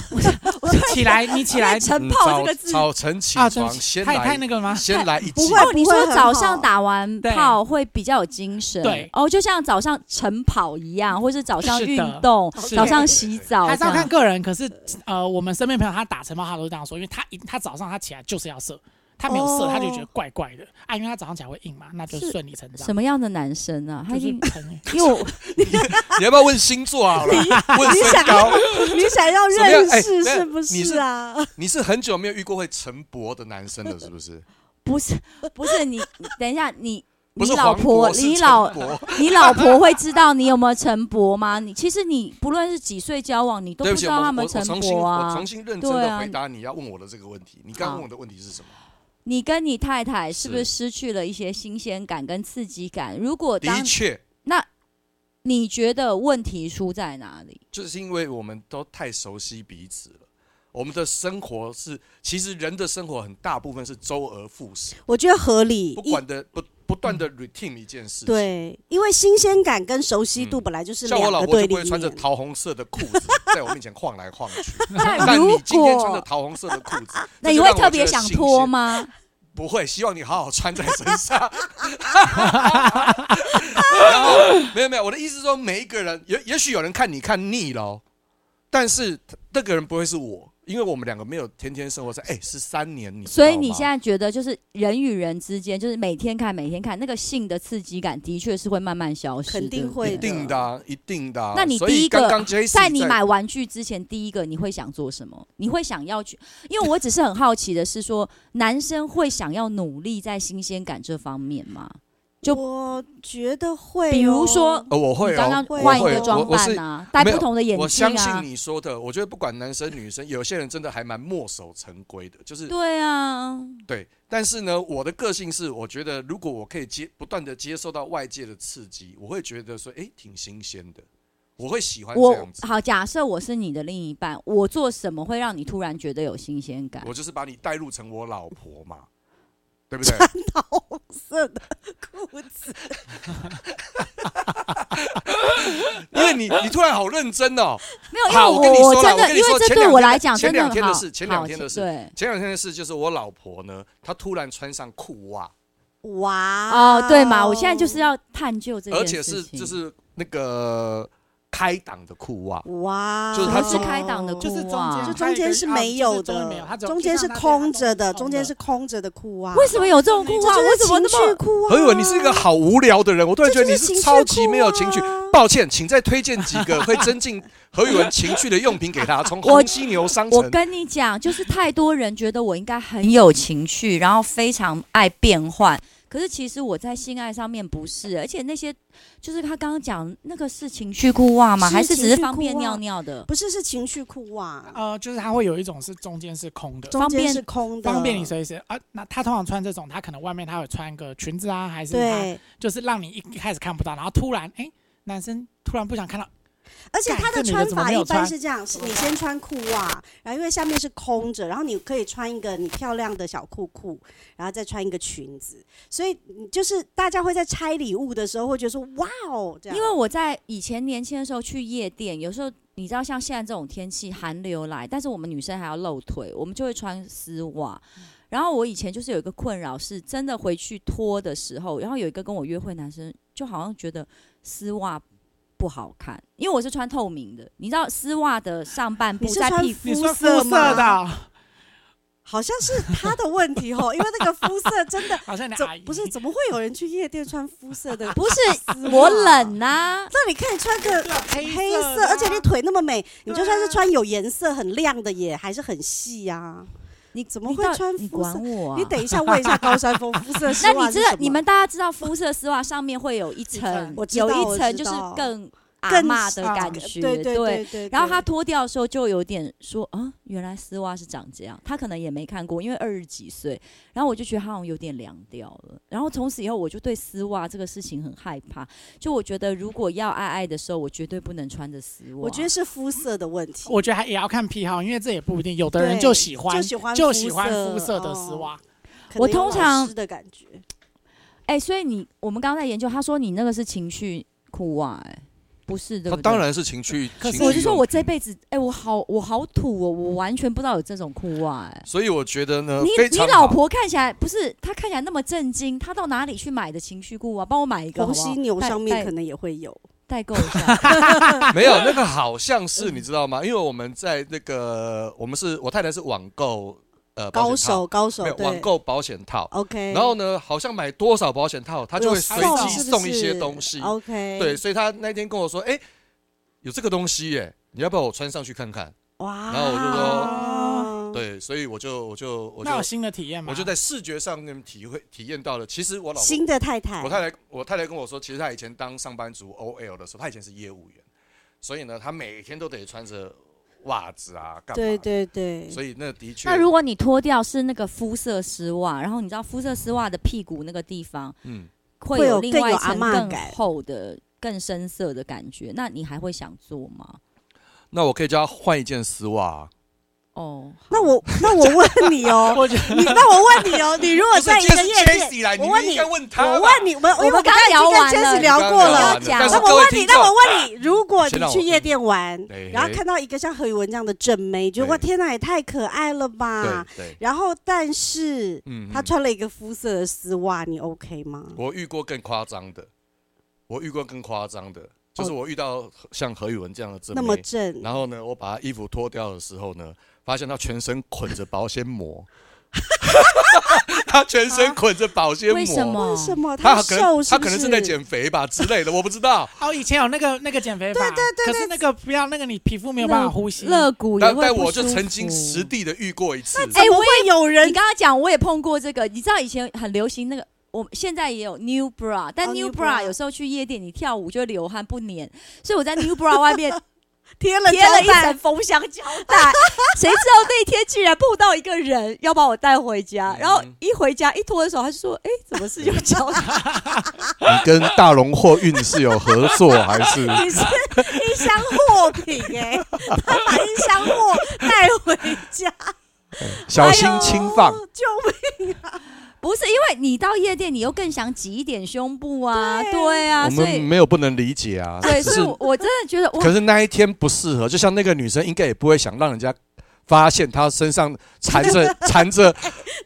[SPEAKER 6] 起来，你起来
[SPEAKER 1] 晨
[SPEAKER 5] 嗯
[SPEAKER 1] 泡这个
[SPEAKER 5] 早
[SPEAKER 1] 字，
[SPEAKER 5] 早晨起
[SPEAKER 6] 啊！对
[SPEAKER 5] 床
[SPEAKER 6] 不起，
[SPEAKER 5] 先
[SPEAKER 6] 太太
[SPEAKER 5] 来
[SPEAKER 6] 那个了吗？
[SPEAKER 5] 先来一
[SPEAKER 1] 不
[SPEAKER 5] 剂
[SPEAKER 1] 会
[SPEAKER 4] 哦，你说
[SPEAKER 1] 很
[SPEAKER 4] 早
[SPEAKER 1] 好
[SPEAKER 4] 上打完
[SPEAKER 6] 对
[SPEAKER 4] 炮会比较有精神，
[SPEAKER 6] 对
[SPEAKER 4] 哦，就像早上晨跑一样，或是早上
[SPEAKER 6] 是的
[SPEAKER 4] 运动，
[SPEAKER 6] 是
[SPEAKER 4] 早上洗澡
[SPEAKER 6] 还是
[SPEAKER 4] 这
[SPEAKER 1] 啊
[SPEAKER 6] 要看
[SPEAKER 4] 样。
[SPEAKER 6] 个人。可是呃，我们身边朋友他打晨跑，他都是这样说，因为他一他早上他起来就是要射，他没有射
[SPEAKER 1] 哦
[SPEAKER 6] 他就觉得怪怪的啊，因为他早上起来会硬嘛，那就是顺理成章
[SPEAKER 4] 什。么样的男生啊？他
[SPEAKER 6] 就
[SPEAKER 4] 已
[SPEAKER 6] 是
[SPEAKER 4] 经
[SPEAKER 6] 疼
[SPEAKER 4] 因为我
[SPEAKER 5] 你要不要问星座好了？问
[SPEAKER 1] 你
[SPEAKER 5] 身
[SPEAKER 1] 想
[SPEAKER 5] 高
[SPEAKER 1] 要。你想要
[SPEAKER 5] 怎么样
[SPEAKER 1] 认
[SPEAKER 5] 哎
[SPEAKER 1] 识
[SPEAKER 5] 等下
[SPEAKER 1] 是不
[SPEAKER 5] 你
[SPEAKER 1] 是
[SPEAKER 5] 是
[SPEAKER 1] 啊？
[SPEAKER 5] 你是很久没有遇过会晨勃的男生了，是不是？
[SPEAKER 4] 不是不是你，你等一下你
[SPEAKER 5] 不
[SPEAKER 4] 你
[SPEAKER 5] 是
[SPEAKER 4] 老
[SPEAKER 5] 黄
[SPEAKER 4] 婆，
[SPEAKER 5] 渤，是
[SPEAKER 4] 你
[SPEAKER 5] 陈
[SPEAKER 4] 老
[SPEAKER 5] 勃
[SPEAKER 4] 你老婆会知道你有没有晨勃吗？你其实你不论是几岁交往，你都
[SPEAKER 5] 对
[SPEAKER 4] 不
[SPEAKER 5] 不起，
[SPEAKER 4] 知
[SPEAKER 5] 我
[SPEAKER 4] 道他
[SPEAKER 5] 我
[SPEAKER 4] 们
[SPEAKER 5] 我
[SPEAKER 4] 晨
[SPEAKER 5] 重新
[SPEAKER 4] 勃
[SPEAKER 5] 我
[SPEAKER 4] 啊
[SPEAKER 5] 重。新认真
[SPEAKER 4] 对
[SPEAKER 5] 的
[SPEAKER 4] 啊
[SPEAKER 5] 回答你要问我的这个问题。你刚
[SPEAKER 4] 好
[SPEAKER 5] 刚问我的问题是什么？
[SPEAKER 4] 你跟你太太是不是
[SPEAKER 5] 是
[SPEAKER 4] 失去了一些新鲜感跟刺激感？如果呃当
[SPEAKER 5] 的确，
[SPEAKER 4] 你觉得问题出在哪里？
[SPEAKER 5] 就是因为我们都太熟悉彼此了。我们的生活是，其实人的生活很大部分是周而复始，
[SPEAKER 1] 我觉得合理
[SPEAKER 5] 不，管的不不断的 routine 一件事情。，
[SPEAKER 1] 对，因为新鲜感跟熟悉度
[SPEAKER 5] 嗯
[SPEAKER 1] 本来就是
[SPEAKER 5] 像我
[SPEAKER 1] 两
[SPEAKER 5] 老
[SPEAKER 1] 个
[SPEAKER 5] 婆
[SPEAKER 1] 对
[SPEAKER 5] 就不
[SPEAKER 1] 立
[SPEAKER 5] 会穿着
[SPEAKER 1] 面。
[SPEAKER 5] 桃红色的裤子在我面前晃来晃去，
[SPEAKER 4] 那
[SPEAKER 5] 但
[SPEAKER 4] 如
[SPEAKER 5] 你今天穿
[SPEAKER 4] 果
[SPEAKER 5] 着桃红色的裤子，
[SPEAKER 4] 那
[SPEAKER 5] 这
[SPEAKER 4] 你
[SPEAKER 5] 就
[SPEAKER 4] 会
[SPEAKER 5] 让我
[SPEAKER 4] 特
[SPEAKER 5] 觉
[SPEAKER 4] 别
[SPEAKER 5] 得
[SPEAKER 4] 想
[SPEAKER 5] 新
[SPEAKER 4] 脱
[SPEAKER 5] 鲜？
[SPEAKER 4] 吗？
[SPEAKER 5] 不会，希望你好好穿在身 上。然后没有没有，我的意思是说，每一个人也也许有人看你看腻了哦，但是那个人不会是我，因为我们两个没有天天生活在，哎、是三年你知道
[SPEAKER 4] 所
[SPEAKER 5] 吗，
[SPEAKER 4] 以你现在觉得，就是人与人之间，就是每天看、每天看，那个性的刺激感的确是会慢慢消失，
[SPEAKER 1] 肯定
[SPEAKER 4] 对不
[SPEAKER 1] 会
[SPEAKER 4] 对
[SPEAKER 5] 一定的、啊，一定的、啊。
[SPEAKER 4] 那你
[SPEAKER 5] 所
[SPEAKER 4] 第一
[SPEAKER 5] 以
[SPEAKER 4] 个
[SPEAKER 5] 刚刚 Jason
[SPEAKER 4] 在你买玩具之前，第一个你会想做什么？你会想要去？因为我只是很好奇的是说，男生会想要努力在新鲜感这方面吗？就
[SPEAKER 1] 我觉得会哦、
[SPEAKER 4] 比如说，
[SPEAKER 5] 呃，我
[SPEAKER 4] 你
[SPEAKER 5] 会、哦，
[SPEAKER 4] 刚刚
[SPEAKER 1] 会
[SPEAKER 4] 换一
[SPEAKER 5] 我
[SPEAKER 4] 个
[SPEAKER 5] 会
[SPEAKER 4] 装
[SPEAKER 5] 我我是
[SPEAKER 4] 扮啊，戴
[SPEAKER 5] 没有
[SPEAKER 4] 不同的眼
[SPEAKER 5] 我
[SPEAKER 4] 镜
[SPEAKER 5] 相信
[SPEAKER 4] 啊，
[SPEAKER 5] 你说的，我觉得不管男生女生，有些人真的还蛮墨守成规的，就是
[SPEAKER 4] 对啊，
[SPEAKER 5] 对。但是呢，我的个性是，我觉得如果我可以接不断的接受到外界的刺激，我会觉得说，哎，挺新鲜的，我会喜欢这
[SPEAKER 4] 我
[SPEAKER 5] 样子。
[SPEAKER 4] 好，假设我是你的另一半，我做什么会让你突然觉得有新鲜感？
[SPEAKER 5] 我就是把你带入成我老婆嘛，对不对？
[SPEAKER 1] 桃红色的裤子，
[SPEAKER 5] 因为你你突然好认真哦。
[SPEAKER 4] 没有，因为
[SPEAKER 5] 好
[SPEAKER 4] 我
[SPEAKER 5] 我跟你说啦
[SPEAKER 4] 真
[SPEAKER 5] 我
[SPEAKER 4] 的，
[SPEAKER 5] 跟
[SPEAKER 4] 因
[SPEAKER 5] 你说
[SPEAKER 4] 为这
[SPEAKER 5] 前
[SPEAKER 4] 对
[SPEAKER 5] 两
[SPEAKER 4] 我
[SPEAKER 5] 天的
[SPEAKER 4] 来讲
[SPEAKER 5] 前
[SPEAKER 4] 真的
[SPEAKER 5] 两
[SPEAKER 4] 很
[SPEAKER 5] 天的
[SPEAKER 4] 好
[SPEAKER 5] 事前两
[SPEAKER 4] 好
[SPEAKER 5] 天的事
[SPEAKER 4] 对。
[SPEAKER 5] 前两天的事就是我老婆呢，她突然穿上裤袜，
[SPEAKER 1] 哇
[SPEAKER 4] 哦，对嘛，我现在就是要探究这件
[SPEAKER 5] 而
[SPEAKER 4] 事
[SPEAKER 5] 且
[SPEAKER 4] 情。
[SPEAKER 5] 是就是那个开�档的裤袜，
[SPEAKER 1] 哦哇，
[SPEAKER 5] 就是啊它
[SPEAKER 4] 是开档的裤啊
[SPEAKER 6] 就是中
[SPEAKER 4] 哇
[SPEAKER 6] 间，
[SPEAKER 1] 就中间是啊没有的，中间是空着的，中间是空着的裤袜。
[SPEAKER 4] 为什么有啊这种裤袜？
[SPEAKER 1] 这
[SPEAKER 4] 为
[SPEAKER 1] 就
[SPEAKER 4] 什
[SPEAKER 1] 是
[SPEAKER 4] 么
[SPEAKER 1] 情
[SPEAKER 4] 那
[SPEAKER 1] 趣
[SPEAKER 4] 么？
[SPEAKER 1] 裤啊？
[SPEAKER 5] 何以为你是一个好无聊的人，我突然觉得你是超级没有情
[SPEAKER 1] 这就是
[SPEAKER 5] 趣
[SPEAKER 1] 情趣裤啊。
[SPEAKER 5] 抱歉，请再推荐几个会增进何宇文情趣的用品给他，从
[SPEAKER 4] 我
[SPEAKER 5] 红犀牛商
[SPEAKER 4] 我
[SPEAKER 5] 城。
[SPEAKER 4] 跟你讲，就是太多人觉得我应该很有情趣，然后非常爱变换。可是其实我在性爱上面不是，而且那些就是他刚刚讲那个是情趣裤袜啊吗？
[SPEAKER 1] 是
[SPEAKER 4] 还是只是
[SPEAKER 1] 情趣
[SPEAKER 4] 方便
[SPEAKER 1] 裤袜
[SPEAKER 4] 尿尿的？
[SPEAKER 1] 不是是情趣裤袜，
[SPEAKER 6] 呃，就是它会有一种是中间是空的，
[SPEAKER 1] 中间是空的，
[SPEAKER 6] 方便你随时啊。那他通常穿这种，他可能外面他会穿个裙子啊，还是他
[SPEAKER 1] 对，
[SPEAKER 6] 就是让你一开始看不到，然后突然哎、男生突然不想看到，
[SPEAKER 1] 而且它的
[SPEAKER 6] 干这女的
[SPEAKER 1] 穿
[SPEAKER 6] 怎么
[SPEAKER 1] 法
[SPEAKER 6] 没有
[SPEAKER 1] 一般
[SPEAKER 6] 穿
[SPEAKER 1] 是这样：是你先穿裤袜，然后因为下面是空着，然后你可以穿一个你漂亮的小裤裤，然后再穿一个裙子。所以你就是大家会在拆礼物的时候会觉得说：“哇哦！”这样，
[SPEAKER 4] 因为我在以前年轻的时候去夜店，有时候你知道像现在这种天气寒流来，但是我们女生还要露腿，我们就会穿丝袜。
[SPEAKER 1] 嗯
[SPEAKER 4] 然后我以前就是有一个困扰，是真的回去脱的时候，然后有一个跟我约会男生就好像觉得丝袜不好看，因为我是穿透明的，你知道丝袜的上半部
[SPEAKER 1] 你是
[SPEAKER 4] 在
[SPEAKER 1] 穿
[SPEAKER 4] 屁股
[SPEAKER 6] 你
[SPEAKER 1] 肤
[SPEAKER 6] 说肤
[SPEAKER 1] 色
[SPEAKER 6] 色
[SPEAKER 1] 吗
[SPEAKER 6] 的哦，
[SPEAKER 1] 好像是他的问题哦，因为那个肤色真的
[SPEAKER 6] 好像你的
[SPEAKER 1] 怎
[SPEAKER 6] 阿姨
[SPEAKER 1] 不是怎么会有人去夜店穿肤色的？
[SPEAKER 4] 不是 我冷啊呐、
[SPEAKER 1] 那你可以穿个黑
[SPEAKER 6] 色
[SPEAKER 1] 色，
[SPEAKER 6] 的啊
[SPEAKER 1] 而且你腿那么美，你就算是穿有颜色很亮的也还是很细呀。
[SPEAKER 4] 你
[SPEAKER 1] 怎么
[SPEAKER 4] 你
[SPEAKER 1] 会
[SPEAKER 4] 到
[SPEAKER 1] 穿
[SPEAKER 4] 你
[SPEAKER 1] 肤
[SPEAKER 4] 管我、啊？
[SPEAKER 1] 你等一下问一下高山峰肤 色丝
[SPEAKER 4] 那
[SPEAKER 1] 袜
[SPEAKER 4] 你
[SPEAKER 1] 是
[SPEAKER 4] 知道
[SPEAKER 1] 什么
[SPEAKER 4] 你们大家知道肤色丝袜上面会有一
[SPEAKER 6] 一
[SPEAKER 4] 层
[SPEAKER 6] 层，
[SPEAKER 1] 我知道
[SPEAKER 4] 有
[SPEAKER 1] 我
[SPEAKER 4] 一
[SPEAKER 1] 知
[SPEAKER 4] 层就是
[SPEAKER 1] 道
[SPEAKER 4] 更阿
[SPEAKER 1] 更
[SPEAKER 4] 嬷的
[SPEAKER 6] 啊
[SPEAKER 4] 感
[SPEAKER 6] 更
[SPEAKER 4] 觉，
[SPEAKER 1] 对对对对，
[SPEAKER 4] 然后他
[SPEAKER 1] 对
[SPEAKER 4] 脱掉的时候就有点说啊，原来丝袜是长这样。他可能也没看过，因为二十几岁。然后我就觉得他好像有点凉掉了。然后从此以后，我就对丝袜这个事情很害怕。就我觉得，如果要爱爱的时候，我绝对不能穿着丝袜。
[SPEAKER 1] 我觉得是肤色的问题，
[SPEAKER 6] 我觉得还也要看癖好，因为这也不一定，有的人
[SPEAKER 1] 对
[SPEAKER 6] 就喜欢
[SPEAKER 1] 就喜欢
[SPEAKER 6] 就
[SPEAKER 1] 肤
[SPEAKER 6] 喜欢
[SPEAKER 1] 色
[SPEAKER 6] 肤色的
[SPEAKER 1] 哦
[SPEAKER 6] 丝袜，
[SPEAKER 1] 可能有
[SPEAKER 4] 我通常
[SPEAKER 1] 老师的感觉，
[SPEAKER 4] 哎、所以你我们刚刚在研究，他说你那个是情趣裤袜、哎，不是对
[SPEAKER 5] 他
[SPEAKER 4] 不对？
[SPEAKER 5] 哦当。然是情趣，
[SPEAKER 6] 可是
[SPEAKER 5] 情趣
[SPEAKER 4] 我就说，我
[SPEAKER 5] 用啊
[SPEAKER 4] 这辈子，哎、我好，我好土哦，我完全不知道有这种裤袜、哎。
[SPEAKER 5] 所以我觉得呢，
[SPEAKER 4] 你
[SPEAKER 5] 非
[SPEAKER 4] 你
[SPEAKER 5] 常
[SPEAKER 4] 老
[SPEAKER 5] 好
[SPEAKER 4] 婆看起来不是，她看起来那么震惊，她到哪里去买的情绪裤啊？帮我买一个好
[SPEAKER 1] 红
[SPEAKER 4] 不好
[SPEAKER 1] 犀牛上面可
[SPEAKER 4] 代
[SPEAKER 1] 能也会有，
[SPEAKER 4] 代代购一下。
[SPEAKER 5] 没有那个好像是你知道吗？因为我们在那个我们是我太太是网购呃保
[SPEAKER 1] 高
[SPEAKER 5] 险套
[SPEAKER 1] 手高手
[SPEAKER 5] 没有网
[SPEAKER 1] 对
[SPEAKER 5] 购保险套，
[SPEAKER 1] ，OK，
[SPEAKER 5] 然后呢，好像买多少保险套，他就会随
[SPEAKER 6] 送
[SPEAKER 5] 机
[SPEAKER 6] 是
[SPEAKER 5] 送一些东
[SPEAKER 4] 哦
[SPEAKER 5] 西。
[SPEAKER 1] ，OK，
[SPEAKER 5] 对，，所以他那天跟我说，哎、有这个东西耶，你要不要我穿上去看看？
[SPEAKER 1] 哇，哦
[SPEAKER 5] 然后我就
[SPEAKER 4] 哦
[SPEAKER 6] 说
[SPEAKER 5] 对，所以我就我就我就
[SPEAKER 6] 那有新的体验吗？
[SPEAKER 5] 我就在视觉上面体会体验到了，其实我老婆
[SPEAKER 1] 新的太太，
[SPEAKER 5] 我太太我太太跟我说，其实她以前当上班族 OL 的时候，她以前是业务员，所以呢，她每天都得穿着袜子啊，干嘛？
[SPEAKER 1] 对。对对，
[SPEAKER 5] 所以那的 确，
[SPEAKER 4] 那如果你脱掉是那个肤色丝袜，然后你知道肤色丝袜的屁股那个地方
[SPEAKER 5] 嗯，
[SPEAKER 4] 会
[SPEAKER 1] 会有
[SPEAKER 4] 另
[SPEAKER 1] 更
[SPEAKER 4] 外
[SPEAKER 1] 有
[SPEAKER 4] 一
[SPEAKER 1] 阿
[SPEAKER 4] 层
[SPEAKER 1] 嬷
[SPEAKER 4] 更
[SPEAKER 1] 感
[SPEAKER 4] 厚的、更深色的感觉，那你还会想做吗？
[SPEAKER 5] 那我可以叫她换一件丝袜啊、
[SPEAKER 4] 哦，好
[SPEAKER 1] 那我那我问你哦，你那我问你哦，你如果
[SPEAKER 5] 不是
[SPEAKER 1] 在一
[SPEAKER 5] 今
[SPEAKER 1] 个
[SPEAKER 5] 天是
[SPEAKER 1] 夜店，
[SPEAKER 5] Jessie 来，
[SPEAKER 1] 我
[SPEAKER 5] 你
[SPEAKER 1] 问
[SPEAKER 5] 应
[SPEAKER 1] 你
[SPEAKER 5] 该，问她吧。
[SPEAKER 1] 我问你，我们因为
[SPEAKER 4] 我们
[SPEAKER 1] 刚
[SPEAKER 4] 刚
[SPEAKER 1] 刚已经
[SPEAKER 4] 聊
[SPEAKER 1] 跟
[SPEAKER 4] 完
[SPEAKER 1] Jessie
[SPEAKER 4] 了
[SPEAKER 1] 聊过
[SPEAKER 5] 刚刚聊
[SPEAKER 1] 了
[SPEAKER 5] 完，
[SPEAKER 4] 讲
[SPEAKER 1] 那
[SPEAKER 5] 但是
[SPEAKER 1] 我
[SPEAKER 5] 各位
[SPEAKER 1] 问你，
[SPEAKER 5] 听
[SPEAKER 1] 那
[SPEAKER 5] 众
[SPEAKER 1] 我问你，如果
[SPEAKER 5] 先
[SPEAKER 1] 你
[SPEAKER 5] 让我
[SPEAKER 1] 去夜店玩
[SPEAKER 5] 哎，
[SPEAKER 1] 然后看到一个像何宇文这样的正妹，觉得
[SPEAKER 5] 对
[SPEAKER 1] 哇天哪，也太可爱了吧！
[SPEAKER 5] 对对，
[SPEAKER 1] 然后但是
[SPEAKER 5] 嗯
[SPEAKER 1] 她
[SPEAKER 5] 嗯
[SPEAKER 1] 穿了一个肤色的丝袜，你 OK 吗？
[SPEAKER 5] 我遇过更夸张的，我遇过更夸张的，就是我遇到像何宇文这样的正
[SPEAKER 1] 哦那么
[SPEAKER 5] 妹，
[SPEAKER 1] 正，
[SPEAKER 5] 然后呢，我把她衣服脱掉的时候呢，发现她全身捆着保 鲜膜，她全身捆着保鲜膜，
[SPEAKER 4] 啊为什么？
[SPEAKER 1] 为什么
[SPEAKER 5] 她
[SPEAKER 1] 他
[SPEAKER 5] 可能
[SPEAKER 1] 瘦是
[SPEAKER 5] 她
[SPEAKER 1] 不
[SPEAKER 5] 可能是在减肥吧之类的，我不知道。
[SPEAKER 6] 哦，以前有那个那个减肥法，对对对，可是那个不要那个你皮肤没有办法呼吸，
[SPEAKER 4] 肋骨也
[SPEAKER 5] 但
[SPEAKER 4] 会
[SPEAKER 5] 但
[SPEAKER 4] 不
[SPEAKER 5] 我就
[SPEAKER 4] 舒
[SPEAKER 5] 曾经
[SPEAKER 4] 服
[SPEAKER 5] 实地的遇过一次，
[SPEAKER 4] 哎、
[SPEAKER 1] 怎么
[SPEAKER 4] 我
[SPEAKER 1] 会有
[SPEAKER 4] 你
[SPEAKER 1] 人
[SPEAKER 4] 刚刚讲我也碰过这个，你知道以前很流行那个。我现在也有 new bra，但
[SPEAKER 1] 哦
[SPEAKER 4] new
[SPEAKER 1] new
[SPEAKER 4] bra
[SPEAKER 1] bra
[SPEAKER 4] 有时候去夜店，你跳舞就会流汗不粘，所以我在 new bra 外面
[SPEAKER 1] 贴了
[SPEAKER 4] 贴了一
[SPEAKER 1] 胶带
[SPEAKER 4] 层封箱胶 带，谁知道那天竟然碰到一个人要把我带回家，然后
[SPEAKER 5] 嗯
[SPEAKER 4] 一回家一脱的时候，他就说：“哎、怎么是有 胶带
[SPEAKER 5] 你跟大龙货运是有合作还是？
[SPEAKER 1] 你是一箱货品哎、他把一箱货带回 家，
[SPEAKER 5] 小心轻放
[SPEAKER 1] 哎呦救命！？”
[SPEAKER 4] 不是因为你到夜店，你又更想挤一点胸部啊，
[SPEAKER 1] 对
[SPEAKER 4] 对啊，
[SPEAKER 5] 我
[SPEAKER 4] 所
[SPEAKER 5] 们
[SPEAKER 4] 以
[SPEAKER 5] 没有不能理解啊，
[SPEAKER 4] 对，
[SPEAKER 5] 只
[SPEAKER 4] 所以
[SPEAKER 5] 是
[SPEAKER 4] 我我真的觉得我
[SPEAKER 5] 可是那一天不适合，就像那个女生应该也不会想让人家发现她身上缠 着缠着，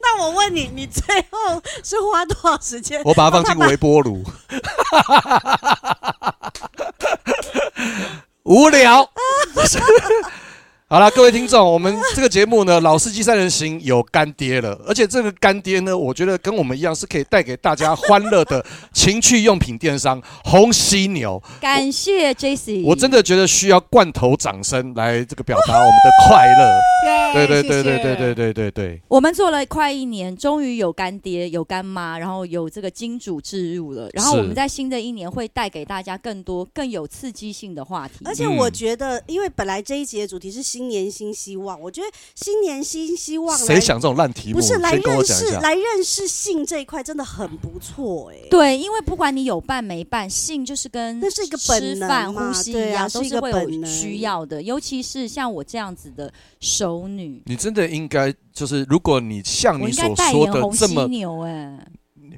[SPEAKER 1] 那我问你，你最后是花多少时间？
[SPEAKER 5] 我把它放进微波炉， 无聊。 好啦，各位听众，我们这个节目呢，《老司机三人行》有干爹了，而且这个干爹呢，我觉得跟我们一样是可以带给大家欢乐的情趣用品电商红犀牛。
[SPEAKER 4] 感谢 J C，
[SPEAKER 5] 我真的觉得需要罐头掌声来这个表达我们的快乐。对对对对对对
[SPEAKER 6] 对，
[SPEAKER 5] 对对对。
[SPEAKER 4] 我们做了快一年，终于有干爹、有干妈，然后有这个金主置入了。然后
[SPEAKER 5] 是
[SPEAKER 4] 我们在新的一年会带给大家更多、更有刺激性的话题。
[SPEAKER 1] 而
[SPEAKER 5] 嗯
[SPEAKER 1] 且我觉得，因为本来这一集的主题是新年新希望，我觉得新年新希望来
[SPEAKER 5] 谁想这种烂题目？
[SPEAKER 1] 不是来
[SPEAKER 5] 先跟我
[SPEAKER 1] 认
[SPEAKER 5] 讲一
[SPEAKER 1] 识
[SPEAKER 5] 下。
[SPEAKER 1] 来认识性这一块真的很不错哎、
[SPEAKER 4] 对，因为不管你有伴没伴，性就是跟
[SPEAKER 1] 那是一个
[SPEAKER 4] 吃
[SPEAKER 1] 本能
[SPEAKER 4] 饭、
[SPEAKER 1] 嘛
[SPEAKER 4] 呼吸
[SPEAKER 1] 对
[SPEAKER 4] 一
[SPEAKER 1] 啊
[SPEAKER 4] 样，
[SPEAKER 1] 是
[SPEAKER 4] 都
[SPEAKER 1] 一
[SPEAKER 4] 是
[SPEAKER 1] 个
[SPEAKER 4] 会有
[SPEAKER 1] 本
[SPEAKER 4] 需
[SPEAKER 1] 能
[SPEAKER 4] 要的。尤其是像我这样子的熟女，
[SPEAKER 5] 你真的应该就是，如果你像
[SPEAKER 4] 我
[SPEAKER 5] 你
[SPEAKER 4] 应该
[SPEAKER 5] 所
[SPEAKER 4] 代
[SPEAKER 5] 说
[SPEAKER 4] 言
[SPEAKER 5] 的
[SPEAKER 4] 红
[SPEAKER 5] 这
[SPEAKER 4] 犀
[SPEAKER 5] 么，
[SPEAKER 4] 牛哎、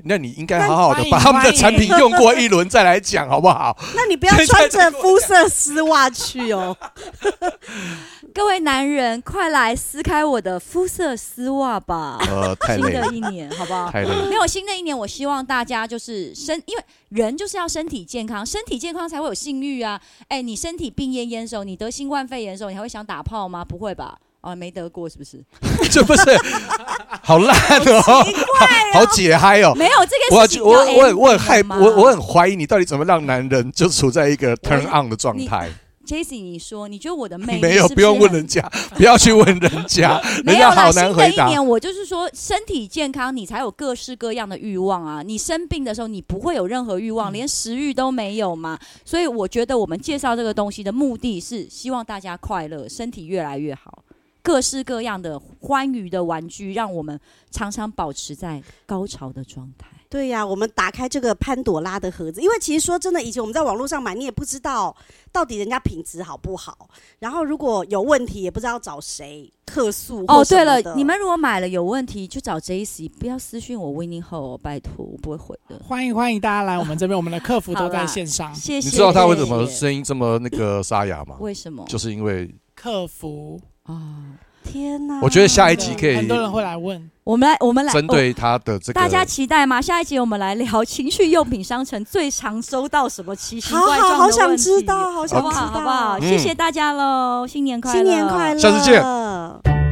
[SPEAKER 5] 那你应该好好的
[SPEAKER 6] 那
[SPEAKER 5] 把他们的
[SPEAKER 6] 欢迎
[SPEAKER 5] 产品用过一轮再来讲，好不好？
[SPEAKER 1] 那你不要穿着肤色丝袜去哦。
[SPEAKER 4] 各位男人，快来撕开我的肤色丝袜吧！
[SPEAKER 5] 呃，太
[SPEAKER 4] 新
[SPEAKER 5] 累 了
[SPEAKER 4] 的，一年，好不好？
[SPEAKER 5] 太累了。
[SPEAKER 4] 没有新的一年，我希望大家就是身，因为人就是要身体健康，身体健康才会有性欲啊。哎，你身体病恹恹的时候，你得新冠肺炎的时候，你还会想打炮吗？不会吧？哦，没得过是不是？
[SPEAKER 5] 这不是 好烂哦，
[SPEAKER 4] 啊
[SPEAKER 5] 好解嗨 哦。
[SPEAKER 4] 没有这
[SPEAKER 5] 我
[SPEAKER 4] 个
[SPEAKER 5] 要
[SPEAKER 4] 事情
[SPEAKER 5] 我
[SPEAKER 4] 叫
[SPEAKER 5] 我很
[SPEAKER 4] M
[SPEAKER 5] 我很害
[SPEAKER 4] 吗
[SPEAKER 5] 我我很怀疑你到底怎么让男人就处在一个 turn on 的状态？
[SPEAKER 4] Jesse，你说你觉得我 的魅力
[SPEAKER 5] 没有，
[SPEAKER 4] 是不
[SPEAKER 5] 不用
[SPEAKER 4] 是
[SPEAKER 5] 问
[SPEAKER 4] 很
[SPEAKER 5] 人家， 不要去问人 家，人
[SPEAKER 4] 没
[SPEAKER 5] 家
[SPEAKER 4] 有啦，
[SPEAKER 5] 好
[SPEAKER 4] 新
[SPEAKER 5] 难
[SPEAKER 4] 的
[SPEAKER 5] 回
[SPEAKER 4] 一
[SPEAKER 5] 答。
[SPEAKER 4] 年我就是说，身体健康，你才有各式各样的欲望啊。你生病的时候，你不会有任何欲望，
[SPEAKER 5] 嗯
[SPEAKER 4] 连食欲都没有嘛。所以我觉得我们介绍这个东西的目的是希望大家快乐，身体越来越好。各式各样的欢愉的玩具，让我们常常保持在高潮的状态。
[SPEAKER 1] 对呀、我们打开这个潘朵拉的盒子，因为其实说真的，以前我们在网络上买，你也不知道到底人家品质好不好，然后如果有问题也不知道找谁客诉或
[SPEAKER 4] 哦，
[SPEAKER 1] 什么
[SPEAKER 4] 对
[SPEAKER 1] 的。
[SPEAKER 4] 了，你们如果买了有问题，就找 J C，不要私讯我 Winning 后、哦，拜托，我不会回的。
[SPEAKER 6] 欢迎欢迎大家来我们这边，我们的客服
[SPEAKER 4] 好
[SPEAKER 6] 都
[SPEAKER 4] 啦
[SPEAKER 6] 在线上，
[SPEAKER 4] 谢谢。
[SPEAKER 5] 你知道他为什
[SPEAKER 4] 谢
[SPEAKER 5] 么
[SPEAKER 4] 谢
[SPEAKER 5] 声音这么那个沙哑吗？
[SPEAKER 4] 为什么？
[SPEAKER 5] 就是因为
[SPEAKER 6] 客服
[SPEAKER 4] 啊，
[SPEAKER 1] 天哪！
[SPEAKER 5] 我觉得下一集
[SPEAKER 6] 对
[SPEAKER 5] 可以
[SPEAKER 6] 很多人会来问，
[SPEAKER 4] 我们来，我们来
[SPEAKER 5] 针
[SPEAKER 4] 哦
[SPEAKER 5] 对他的这个，
[SPEAKER 4] 大家期待吗？下一集我们来聊情趣用品商城最常收到什么奇形
[SPEAKER 1] 好
[SPEAKER 4] 怪
[SPEAKER 1] 好
[SPEAKER 4] 状的
[SPEAKER 1] 好想
[SPEAKER 4] 问题
[SPEAKER 1] 知道，好
[SPEAKER 4] 好
[SPEAKER 1] 想
[SPEAKER 4] 不
[SPEAKER 1] 知道，
[SPEAKER 4] 好？好不好？
[SPEAKER 5] 嗯
[SPEAKER 4] 谢谢大家喽，新年快乐！
[SPEAKER 1] 新年快乐，
[SPEAKER 5] 下次见
[SPEAKER 1] 见。